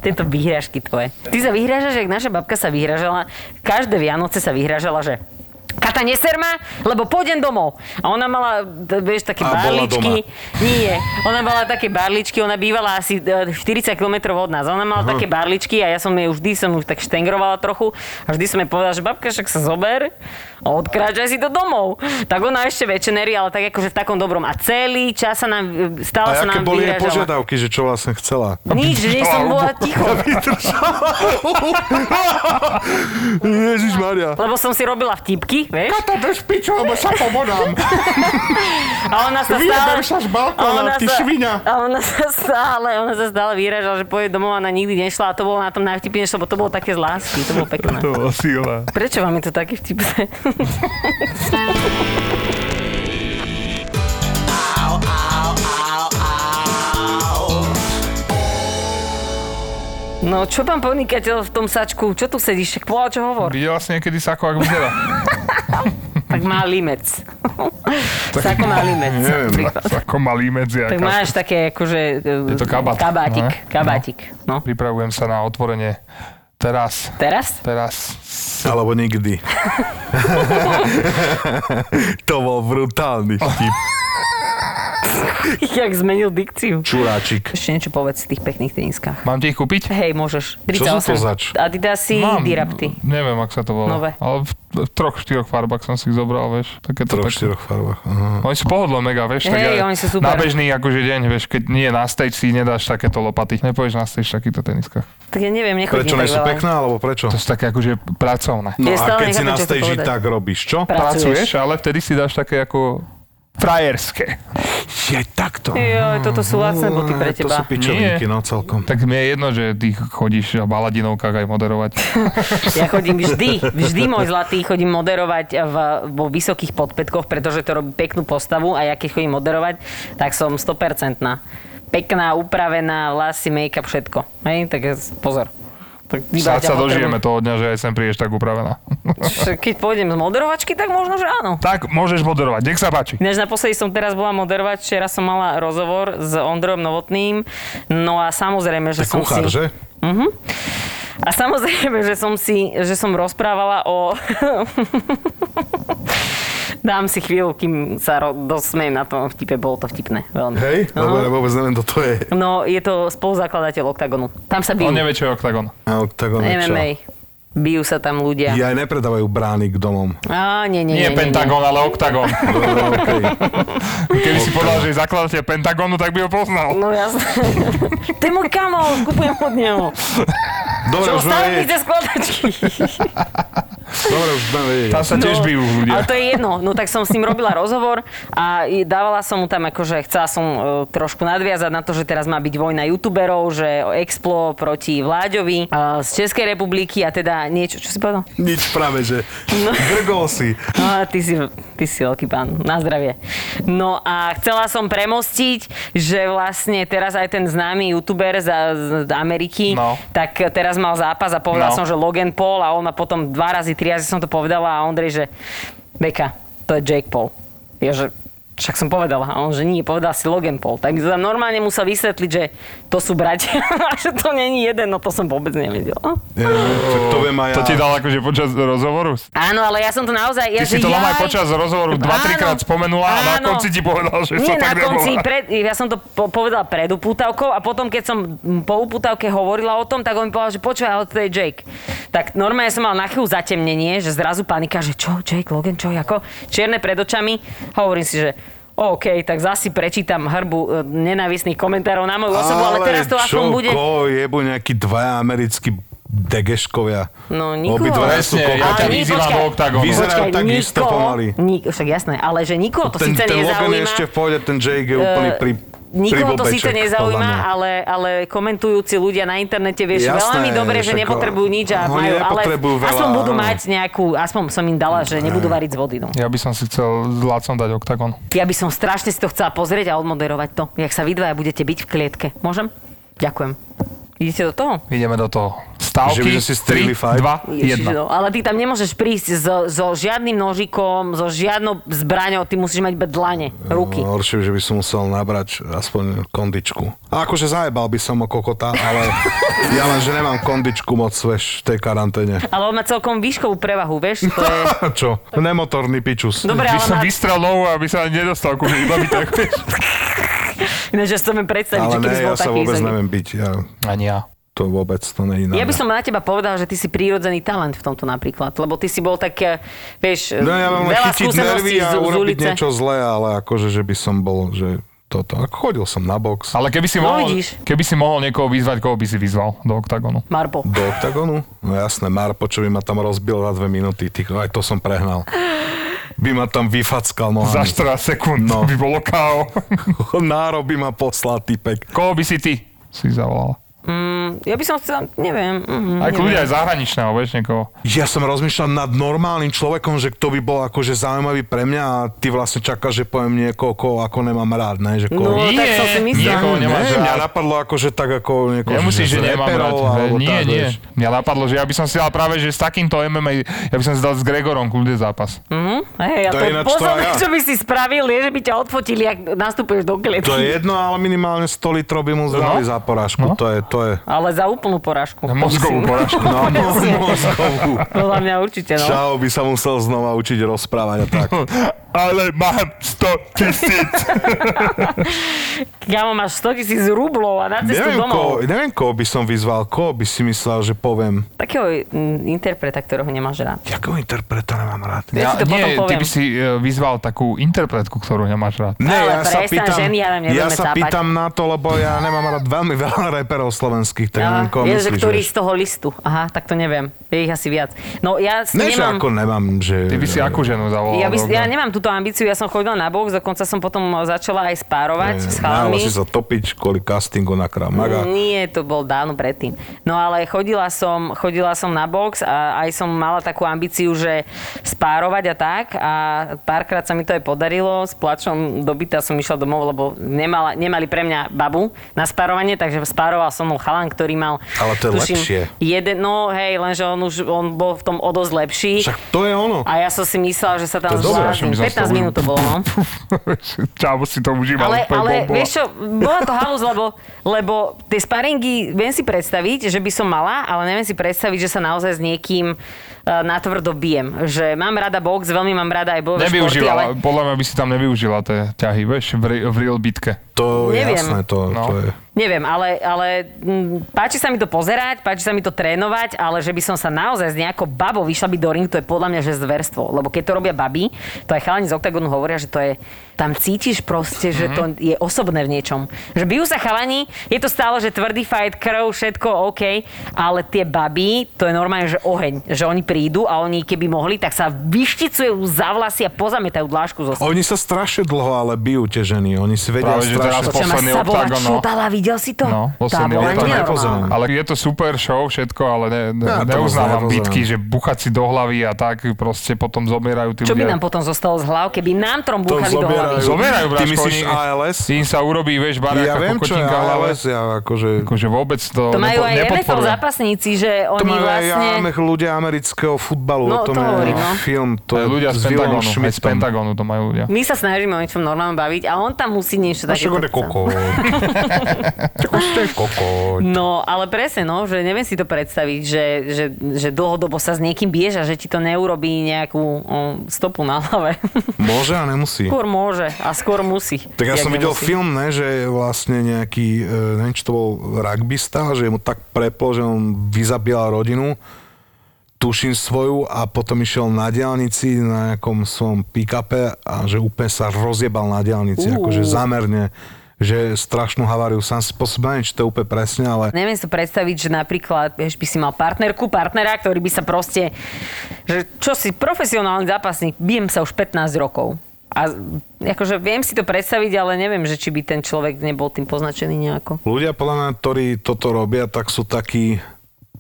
Tieto vyhrážky tvoje. Ty sa vyhrážaš, jak naša babka sa vyhrážala, každé Vianoce sa vyhrážala, že Kata, neser ma, lebo pôjdem domov. A ona mala, t- vieš, také
A bola
barličky. Nie, ona mala také barličky, ona bývala asi e, 40 km od nás. Ona mala také barličky a ja som jej už vždy som ju tak štengrovala trochu a vždy som jej povedala, že babka však sa zober a odkráčaj si to domov. Tak ona ešte večenery, ale tak akože v takom dobrom. A celý čas sa nám,
A
e, stále sa
aké
nám
boli jej
vyhrážala.
požiadavky, že čo vlastne chcela?
Nič, že som bola ticho.
Ježiš Maria.
Lebo som si robila vtipky, vieš?
To do špiču, lebo sa pobodám.
A ona sa stále...
Vyjebem sa z balkóna,
a ona
ty
sa-
svinia.
A ona sa stále, ona sa stále vyražala, že pôjde domov a ona nikdy nešla. A to bolo na tom najvtipnejšie, lebo to bolo také z lásky. To bolo pekné.
To bolo silné.
Prečo vám je to také vtipné? No, čo pán podnikateľ v tom sačku? Čo tu sedíš? Však povedal, čo hovor?
Videla si niekedy sako, ako vyzerá?
Tak má limec. Sako má limec. Príklad.
Sako malý medzi.
Tak máš také akože... Je
to kabát,
Kabátik,
ne?
kabátik. No.
Pripravujem sa na otvorenie teraz.
Teraz?
Teraz.
Alebo nikdy. to bol brutálny vtip.
Jak zmenil dikciu.
Čuráčik.
Ešte niečo povedz v tých pekných teniskách.
Mám ti ich kúpiť?
Hej, môžeš.
Čo sú to
38.
zač?
Adidasy, Dirapty.
Neviem, ak sa to volá.
Nové.
Ale v, v troch, štyroch farbách som si ich zobral, vieš. Takéto
troch,
také-
štyroch farbách. Aha.
Oni sú pohodlo mega, vieš.
Hej, oni sú
Na
super.
bežný akože deň, vieš, keď nie na stage si nedáš takéto lopaty. Nepovieš na stage v takýchto teniskách.
Tak ja neviem, nechodím
Prečo nie
tak
sú
veľa.
pekné, alebo prečo?
To sú také akože pracovné.
No
Ja
a
stále
keď si
nechápem,
na
čo chcú
stage
povedať.
tak robíš, čo?
Pra- Pracuješ.
Pracuješ, ale vtedy si dáš také ako frajerské.
Je takto. Mm,
Joj, toto sú lacné boty pre
To sú
teba.
pičovinky,
Nie.
no celkom.
Tak mi je jedno, že ty chodíš v baladinovkách aj moderovať.
Ja chodím vždy, vždy môj zlatý, chodím moderovať v, vo vysokých podpätkoch, pretože to robí peknú postavu a ja keď chodím moderovať, tak som 100% pekná, upravená, vlasy, make-up, všetko. Hej, tak ja- pozor. Tak
Snáď
iba ťa
sa
potrebujem.
dožijeme toho dňa, že aj sem prídeš tak upravená.
Že Keď pôjdem z moderovačky, tak možno, že áno.
tak, môžeš moderovať, nech sa páči.
Ináč naposledy som teraz bola moderovať, včera som mala rozhovor s Ondrojom Novotným, no a samozrejme, že
Ty
som
kuchár,
si...
že?
A samozrejme, že som si, že som rozprávala o... Dám si chvíľu, kým sa ro- dosmejem na tom vtipe, bolo to vtipné veľmi.
Hej? Lebo ja
No,
vôbec neviem, kto to je.
no je to spoluzakladateľ OKTAGONu. Tam sa
On
bijú.
nevie, čo je oktagon.
A Octagon No, je čo?
MMA. Bijú sa tam ľudia.
Ja aj nepredávajú brány k domom.
Á, nie, nie, nie,
Nie,
nie, nie.
pentagon, ale oktagon.
Dobre, okej.
Keby si povedal, že je zakladateľ pentagonu, tak by ho poznal.
No jasné. to je môj kamo, kupujem od neho.
Dobre,
Čo,
už budeme
stále mi
vedieť.
chce skladačky.
Dobre, už budeme vedieť.
Tam sa tiež bijú ľudia.
No, Ale to je jedno. No tak som s ním robila rozhovor a i- dávala som mu tam akože, chcela som e, trošku nadviazať na to, že teraz má byť vojna youtuberov, že Explo proti Vláďovi e, z Českej republiky a teda niečo, čo si povedal?
Nič práve, že grgol si.
No, ty, si, ty si veľký pán. Na zdravie. No a chcela som premostiť, že vlastne teraz aj ten známy youtuber z, z Ameriky,
No.
tak teraz mal zápas a povedal
No.
som, že Logan Paul a on ma potom dva razy, tri razy som to povedala a Ondrej, že Beka, to je Jake Paul. Ja, že však som povedala. A on, že nie, povedal si Logan Paul. Tak mi to tam normálne musel vysvetliť, že to sú bratia a že to není jeden, no to som vôbec nevedela.
Ja, tak to viem aj ja.
To ti dal akože počas rozhovoru?
Áno, ale ja som to naozaj... Ja,
Ty si to
že
tam aj
jaj.
počas rozhovoru 2-3
Áno.
krát spomenula a na
Áno.
konci ti povedal, že to
Nie,
tak
na konci,
nebolo.
pred, ja som to po, povedal pred upútavkou a potom, keď som m, po upútavke hovorila o tom, tak on mi povedal, že počúvaj, ale to je Jake. Tak normálne som mal na chvíľu zatemnenie, že zrazu panika, že čo, Jake, Logan, čo, ako? Čierne pred očami. Hovorím si, že OK, tak zasi prečítam hrbu e, nenávisných komentárov na moju osobu, ale, teraz to aspoň bude...
Ko, jebu nejakí dvaja americkí degeškovia.
No, nikoho.
Obidvaja sú
Presne, ja
kokoti.
ťa
Ale nie,
vyzývam
počkaj.
do oktagónu.
Vyzerá- Vyzerajú tak
nikoho-
isto pomaly.
Ni- však jasné, ale že nikoho to
ten,
síce
ten Logan je
nezaujíma. E,
ešte v pohode, ten Jake je úplne pri, pri
Nikoho to síce
bobeček, podľa mňa.
nezaujíma, ale, ale komentujúci ľudia na internete vieš
Jasné,
veľmi dobre, že
však-
nepotrebujú nič a
oni
majú, ale
nepotrebujú veľa,
aspoň budú
áno.
mať nejakú, aspoň som im dala, že nebudú variť z vody. No.
Ja by som si chcel s Lácom dať oktagón.
Ja by som strašne si to chcela pozrieť a odmoderovať to, jak sa vy dvaja budete byť v klietke. Môžem? Ďakujem. Idete do toho?
Ideme do toho. Stávky.
Že by sme si strihli fight?
3, 2, 1.
no, ale ty tam nemôžeš prísť so, so žiadnym nožikom, so žiadnou zbraňou, ty musíš mať iba dlane, ruky.
No, Horšie, že by som musel nabrať aspoň kondičku. A akože zajebal by som o kokota, ale ja len, že nemám kondičku moc, vieš, v tej karanténe.
Ale on má celkom výškovú prevahu, vieš? To je...
Čo? Nemotorný pičus.
Dobre,
By
ale
som
má...
vystrel nohu, aby sa nedostal ku mne, iba by tak, vieš.
Ináč, že chceme predstaviť,
Ale
že
ne,
keby si
ja
bol
sa
taký
vôbec
zemi.
neviem byť. Ja,
Ani ja.
to vôbec, to nie je na
Ja by
mňa.
som na teba povedal, že ty si prírodzený talent v tomto napríklad, lebo ty si bol tak, eh, vieš,
No ja mám len
veľa
chytiť nervy
skúseností z,
a
z
urobiť
ulice.
niečo zlé, ale akože, že by som bol, že toto. Ako chodil som na box,
Ale keby si,
No,
mohol,
vidíš.
keby si mohol niekoho vyzvať, koho by si vyzval do oktagonu?
Marbo.
do oktagonu? No jasné, Marpo, čo by ma tam rozbil za dve minúty, ty, aj to som prehnal. By ma tam vyfackal
Za
nohami.
14 sekúnd
No.
no. by bolo KO.
Náro by ma poslal typek.
koho by si ty si zavolal?
Mm, Ja by som chcel, neviem. Mm,
Aj ľudia aj zahraničného, vieš, niekoho.
Ja som rozmýšľal nad normálnym človekom, že kto by bol akože zaujímavý pre mňa a ty vlastne čakáš, že poviem niekoho, koho ako nemám rád, ne? Že koho...
No, tak som si myslel.
niekoho nemáš
ne, mňa
rád.
napadlo akože tak ako niekoho...
Nemusíš, že
z
nemám rád.
reperov,
Hej,
alebo
Nie,
tak,
nie.
vieš.
Mňa napadlo, že ja by som si dal práve, že s takýmto MMA, ja by som si dal s Gregorom kľudne zápas.
Hej, a
To
to,
je ináč to
pozor,
aj ja.
čo by si spravil, je, že by ťa odfotili, ak nastúpeš do klietky.
To je jedno, ale minimálne 100 litrov by mu
No.
zdali za porážku.
No.
To je, to je.
Ale za úplnú porážku.
Mozgovú porážku.
No, mozgovú.
Podľa mňa určite, no.
Čau by sa musel znova učiť rozprávať a tak.
Hm.
Ale mám 100 tisíc.
Kámo, máš 100 tisíc rublov a na cestu
Neviem
domov.
koho, neviem, koho by som vyzval, koho by si myslel, že poviem.
Takého mm, interpreta, ktorého nemáš rád.
Jakého interpreta nemám rád?
Ja si to potom
nie, ty
poviem.
by si e, vyzval takú interpretku, ktorú nemáš rád.
Ne,
Ale
ja sa
prestan,
pýtam,
ženy, ja vám
ja
nebudeme
sa
cápať.
pýtam na to, lebo ja nemám rád veľmi veľa reperov slovenských, tak ja
Á,
neviem, koho
vieš, že
myslíš.
No, ktorý
vieš.
z toho listu. Aha, tak to neviem. Je ich asi viac. No ja s-
Ne, že
nemám...
ako nemám, že...
Ty by si akú ženu zavolal?
Ja, by,
do
ja
oktagonu?
nemám túto ambíciu, ja som chodila na box, dokonca som potom začala aj spárovať s
Málo
chalami.
si sa topiť kvôli castingu na Kramaga.
Nie, to bol dávno predtým. No ale chodila som, chodila som na box a aj som mala takú ambíciu, že spárovať a tak a párkrát sa mi to aj podarilo. S plačom dobyta som išla domov, lebo nemala, nemali pre mňa babu na spárovanie, takže spároval som mu chalan, ktorý mal...
Ale to je lepšie.
Jeden, no hej, lenže on už on bol v tom o dosť lepší.
Však to je ono.
A ja som si myslela, že sa
To
tam
je dobré,
že my
zblázním.
sme
15
s tobou-
minút to bolo, no.
Čavo si to užíval.
Ale,
úplne
ale
bomba.
vieš čo, bola to halus, lebo, lebo tie sparingy, viem si predstaviť, že by som mala, ale neviem si predstaviť, že sa naozaj s niekým eh, natvrdo bijem. Že mám rada box, veľmi mám rada aj bojové športy, ale...
Nevyužívala, podľa mňa by si tam nevyužila tie ťahy, vieš, v, re, v real bitke.
To je
Neviem.
jasné, to,
No.
to je...
Neviem, ale, ale m, páči sa mi to pozerať, páči sa mi to trénovať, ale že by som sa naozaj s nejakou babou vyšla byť do ringu, to je podľa mňa že zverstvo. Lebo keď to robia baby, to aj chalani z Octagonu hovoria, že to je, tam cítiš proste, že to
Mhm.
je osobné v niečom. Že bijú sa chalani, je to stále, že tvrdý fight, krv, všetko, OK, ale tie baby, to je normálne, že oheň. Že oni prídu a oni keby mohli, tak sa vyšticujú za vlasy a pozamietajú dlášku zo seba.
Oni sa strašne dlho ale bijú tie ženy, oni si vedia
Práve, že teraz
strašne...
po-
Čo ma
posledný
Sabola
Octagon, no.
šutala, videl si to?
No,
tá
posledný
bola
Octagon.
Nepozerám.
nenormálna.
Ale je to super show, všetko, ale ne, ne,
Ja
ja,
to
neuznávam
rozumiem,
bitky,
rozumiem.
že buchať si do hlavy a tak proste potom zomierajú tí
Čo by
ľudia.
nám potom zostalo z hlav, keby nám trom
To
búchali do hlavy?
zobierajú.
Zomierajú,
Ty
bráško,
myslíš
oni-
ALS?
Im sa urobí, vieš, barák
Ja viem, čo je
kokotinka v hlave.
ALS, ja akože...
Akože vôbec to,
To majú
nepo,
aj NFL
nepodporujem.
zápasníci, že
To
oni
majú
vlastne...
aj amer- ľudia amerického futbalu,
No,
o tom
to
je
hovorím, no.
film, to
Aj
je
ľudia z
s Willom
Pentagonu, aj z
Schmidtom.
Pentagonu to majú ľudia.
My sa snažíme o niečom normálnom baviť a on tam musí niečo
No Však
takéto
on je kokot. Však už to je kokot.
No, ale presne, no, že neviem si to predstaviť, že, že, že dlhodobo sa s niekým bieža, že ti to neurobí nejakú o, stopu na hlave.
Môže a nemusí.
skôr môže a skôr musí.
Tak ja som
Jak
videl
nemusí.
film, ne, že vlastne nejaký, e, neviem, či to bol rugbista, že mu tak preplo, že on vyzabíjal rodinu, tuším svoju a potom išiel na diálnici na nejakom svojom pick-upe a že úplne sa rozjebal na diálnici,
Uú.
akože zamerne že strašnú haváriu. Sám si po sebe neviem, či to je úplne presne, ale
Neviem si to predstaviť, že napríklad vieš, by si mal partnerku, partnera, ktorý by sa proste, že čo si profesionálny zápasník, bijem sa už 15 rokov. A z- akože viem si to predstaviť, ale neviem, že či by ten človek nebol tým poznačený nejako.
ľudia podľa mňa, ktorí toto robia, tak sú takí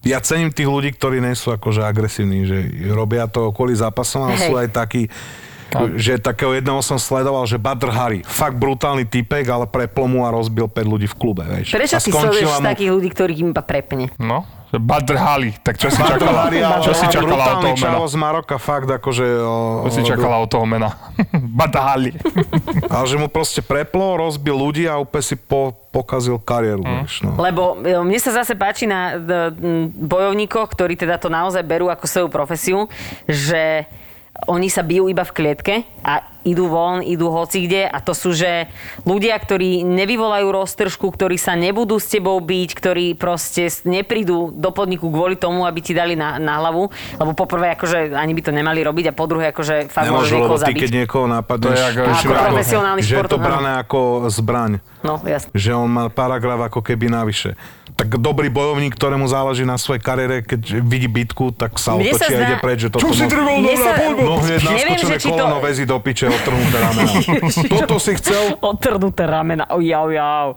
ja cením tých ľudí, ktorí nie sú akože agresívni, že robia to kvôli zápasom, ale
Hej.
sú aj takí, že takého jedného som sledoval, že Badr Hari, fakt brutálny typek, ale preplomul a rozbil 5 ľudí v klube, vieš.
Prečo
a
ty sleduješ
mu-
takých ľudí, ktorých im iba prepne?
No, že badrhali. Tak čo si
Badr
čakala?
Hari, ale
Čo si
ale
čakala od
brutálny
toho mena?
čavo z Maroka, fakt akože...
Čo si čakala od toho mena? Badrhali.
Ale že mu proste preplo, rozbil ľudí a úplne si po, pokazil kariéru,
Mm.
vieš, no.
Lebo e, mne sa zase páči na d- m, bojovníkoch, ktorí teda to naozaj berú ako svoju profesiu, že oni sa bijú iba v klietke a idú von, idú hoci kde a to sú, že ľudia, ktorí nevyvolajú roztržku, ktorí sa nebudú s tebou byť, ktorí proste s- neprídu do podniku kvôli tomu, aby ti dali na, na hlavu, lebo poprvé akože ani by to nemali robiť a po druhé akože fakt
Nemôžu,
môžu
lebo
niekoho
ty, keď
zabiť.
niekoho napadneš,
To je ako-
vieš,
Ako
ako-
profesionálny
že je to
šport, áno.
brané ako zbraň.
No, jasne.
Že on má paragraf ako keby navyše. Tak dobrý bojovník, ktorému záleží na svojej kariére, keď vidí bitku, tak sa
Mne sa
otočí a
zdá-
ide preč, že toto...
Čo si
no-
trval
Mne
na
sa-
No hneď
Neviem,
naskočené
že či to-
koleno väzi do piče, odtrhnuté ramena. Toto si chcel?
Otrhnuté ramena, oh, jau, jau.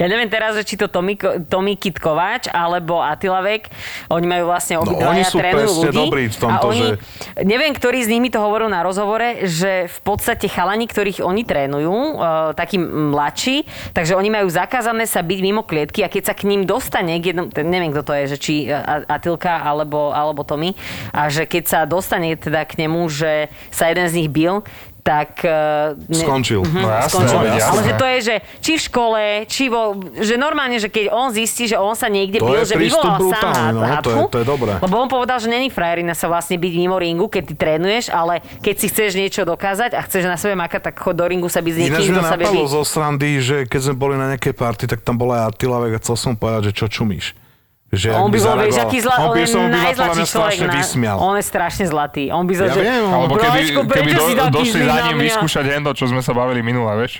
Ja neviem teraz, že či to Tomiko, Tomi Kit Kováč alebo Atilavek, oni majú vlastne obidva,
No, oni
ja
sú
trénujú
presne
ľudí.
dobrí v tomto,
a oni,
že-
Neviem, ktorý z nimi to hovoril na rozhovore, že v podstate chalani, ktorých oni trénujú, e, takí mladší, takže oni majú zakázané sa byť mimo klietky a keď sa k ním dostane, k jednom, ten- neviem kto to je, že či e, A- Atilka alebo, alebo Tomi, a že keď sa dostane teda k nemu, že sa jeden z nich bil, tak... e, ne-
Skončil.
Mhm,
No jasné,
skončil.
no jasné.
Ale že to je, že či v škole, či vo, že normálne, že keď on zistí, že on sa niekde
To
bil,
je
že
prístup
vyvolal sám
brutálny, no, to je-
hádku,
to je dobré.
Lebo on povedal, že není frajerina sa vlastne byť mimo ringu, keď ty trénuješ, ale keď si chceš niečo dokázať a chceš na sebe makať, tak chod do ringu sa byť s niekým,
Ináč
kto
mňa
sa vie
napadlo
byť.
zo srandy, že keď sme boli na nejakej party, tak tam bola aj Atilavek a chcel som povedať, že čo čumíš. Že
On
ak
by bol, vieš,
zareagoval-
aký zla, on,
by
je
som by ma podľa mňa
najzlatší človek.
strašne
Na,
vysmial.
on je strašne zlatý. On by zo,
Ja viem, on-
Alebo keby,
Brolečko,
keby
prečo
do,
si taký
došli
zlý
za
na
ním
mňa?
vyskúšať hendo, čo sme sa bavili minule, vieš?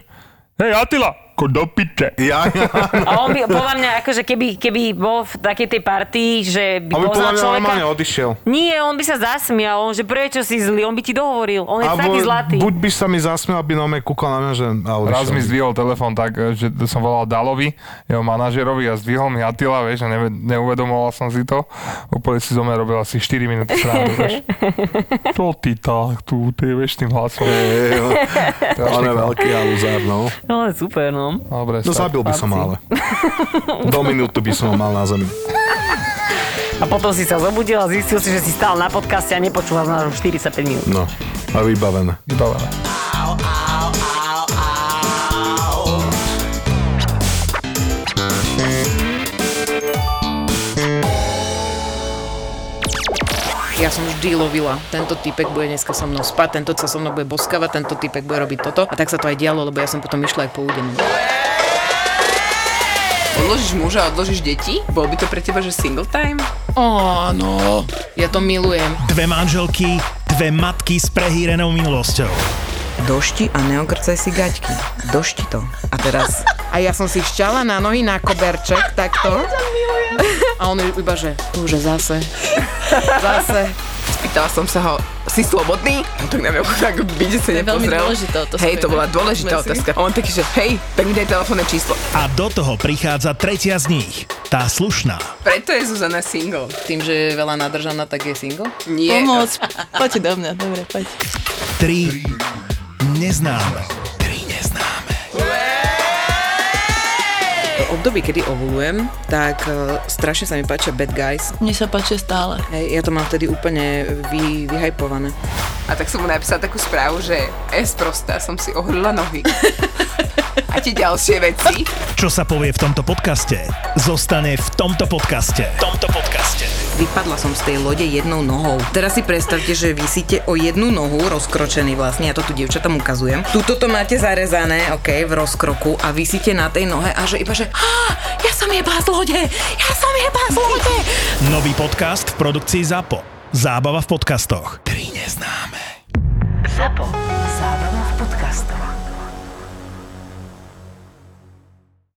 Hej, Atila, ko do piče.
Ja, ja.
A on by, podľa mňa, akože keby, keby bol v takej tej partii, že by
Aby podľa
poznal
mňa
človeka...
normálne odišiel.
Nie, on by sa zasmial, on, že prečo si zlý, on by ti dohovoril, on je taký zlatý.
buď by sa mi zasmiel, aby na mňa kúkal na mňa, že a odišiel.
Raz mi zdvihol telefón tak, e, že som volal Dalovi, jeho manažerovi a zdvihol mi Atila, vieš, a neve- neuvedomoval som si to. Úplne si zo mňa robil asi 4 minúty srandu, vieš. Čo ty tak, tu, ty vieš tým hlasom.
On je veľký aluzár, no.
No, ale super, no.
Dobre,
No
sa-
zabil by som ho, ale. Do minútu by som ho mal na zemi.
A potom si sa zobudil a zistil si, že si stál na podcaste a nepočúval nás už 45 minút.
No. A vybavené.
Vybavené.
Ja som vždy lovila, tento typek bude dneska so mnou spať, tento sa so mnou bude boskavať, tento typek bude robiť toto. A tak sa to aj dialo, lebo ja som potom išla aj po údenu.
Odložíš muža, odložíš deti? Bol by to pre teba, že single time?
Áno, ja to milujem.
Dve manželky, dve matky s prehýrenou minulosťou.
Došti a neokrcaj si gaťky. Došti to. A teraz...
A ja som si šťala na nohy na koberček, takto. A on iba, že už zase. Zase.
Spýtala som sa ho, si slobodný? On tak na mňa tak byde sa
je veľmi
nepozrel.
dôležitá otázka
Hej, to
inak.
bola dôležitá
Myslím si.
otázka. A on taký, že hej, tak mi daj telefónne číslo.
A do toho prichádza tretia z nich, tá slušná.
Preto je Zuzana single.
Tým, že je veľa nadržaná, tak je single.
Nie.
Pomoc. Poďte do mňa, dobre, poď.
Tri neznáme. Tri neznáme.
V období, kedy ovulujem, tak e,
eh,
strašne sa mi páčia bad guys.
Mne sa páči stále.
Hej, ja to mám vtedy úplne vy, vyhajpované.
A tak som mu napísala takú správu, že S prostá, som si ohrla nohy. A tie ďalšie veci.
Čo sa povie v tomto podcaste, zostane v tomto podcaste. V tomto podcaste.
Vypadla som z tej lode jednou nohou. Teraz si predstavte, že vysíte o jednu nohu, rozkročený vlastne, ja to tu dievčatám ukazujem. Tuto to máte zarezané, ok, v rozkroku a vysíte na tej nohe a že iba, že "Á, ja som jebá z lode, ja som jebá z lode.
Nový podcast v produkcii ZAPO. Zábava v podcastoch. Tri neznáme.
Zapo. Zábrná v podcastovách.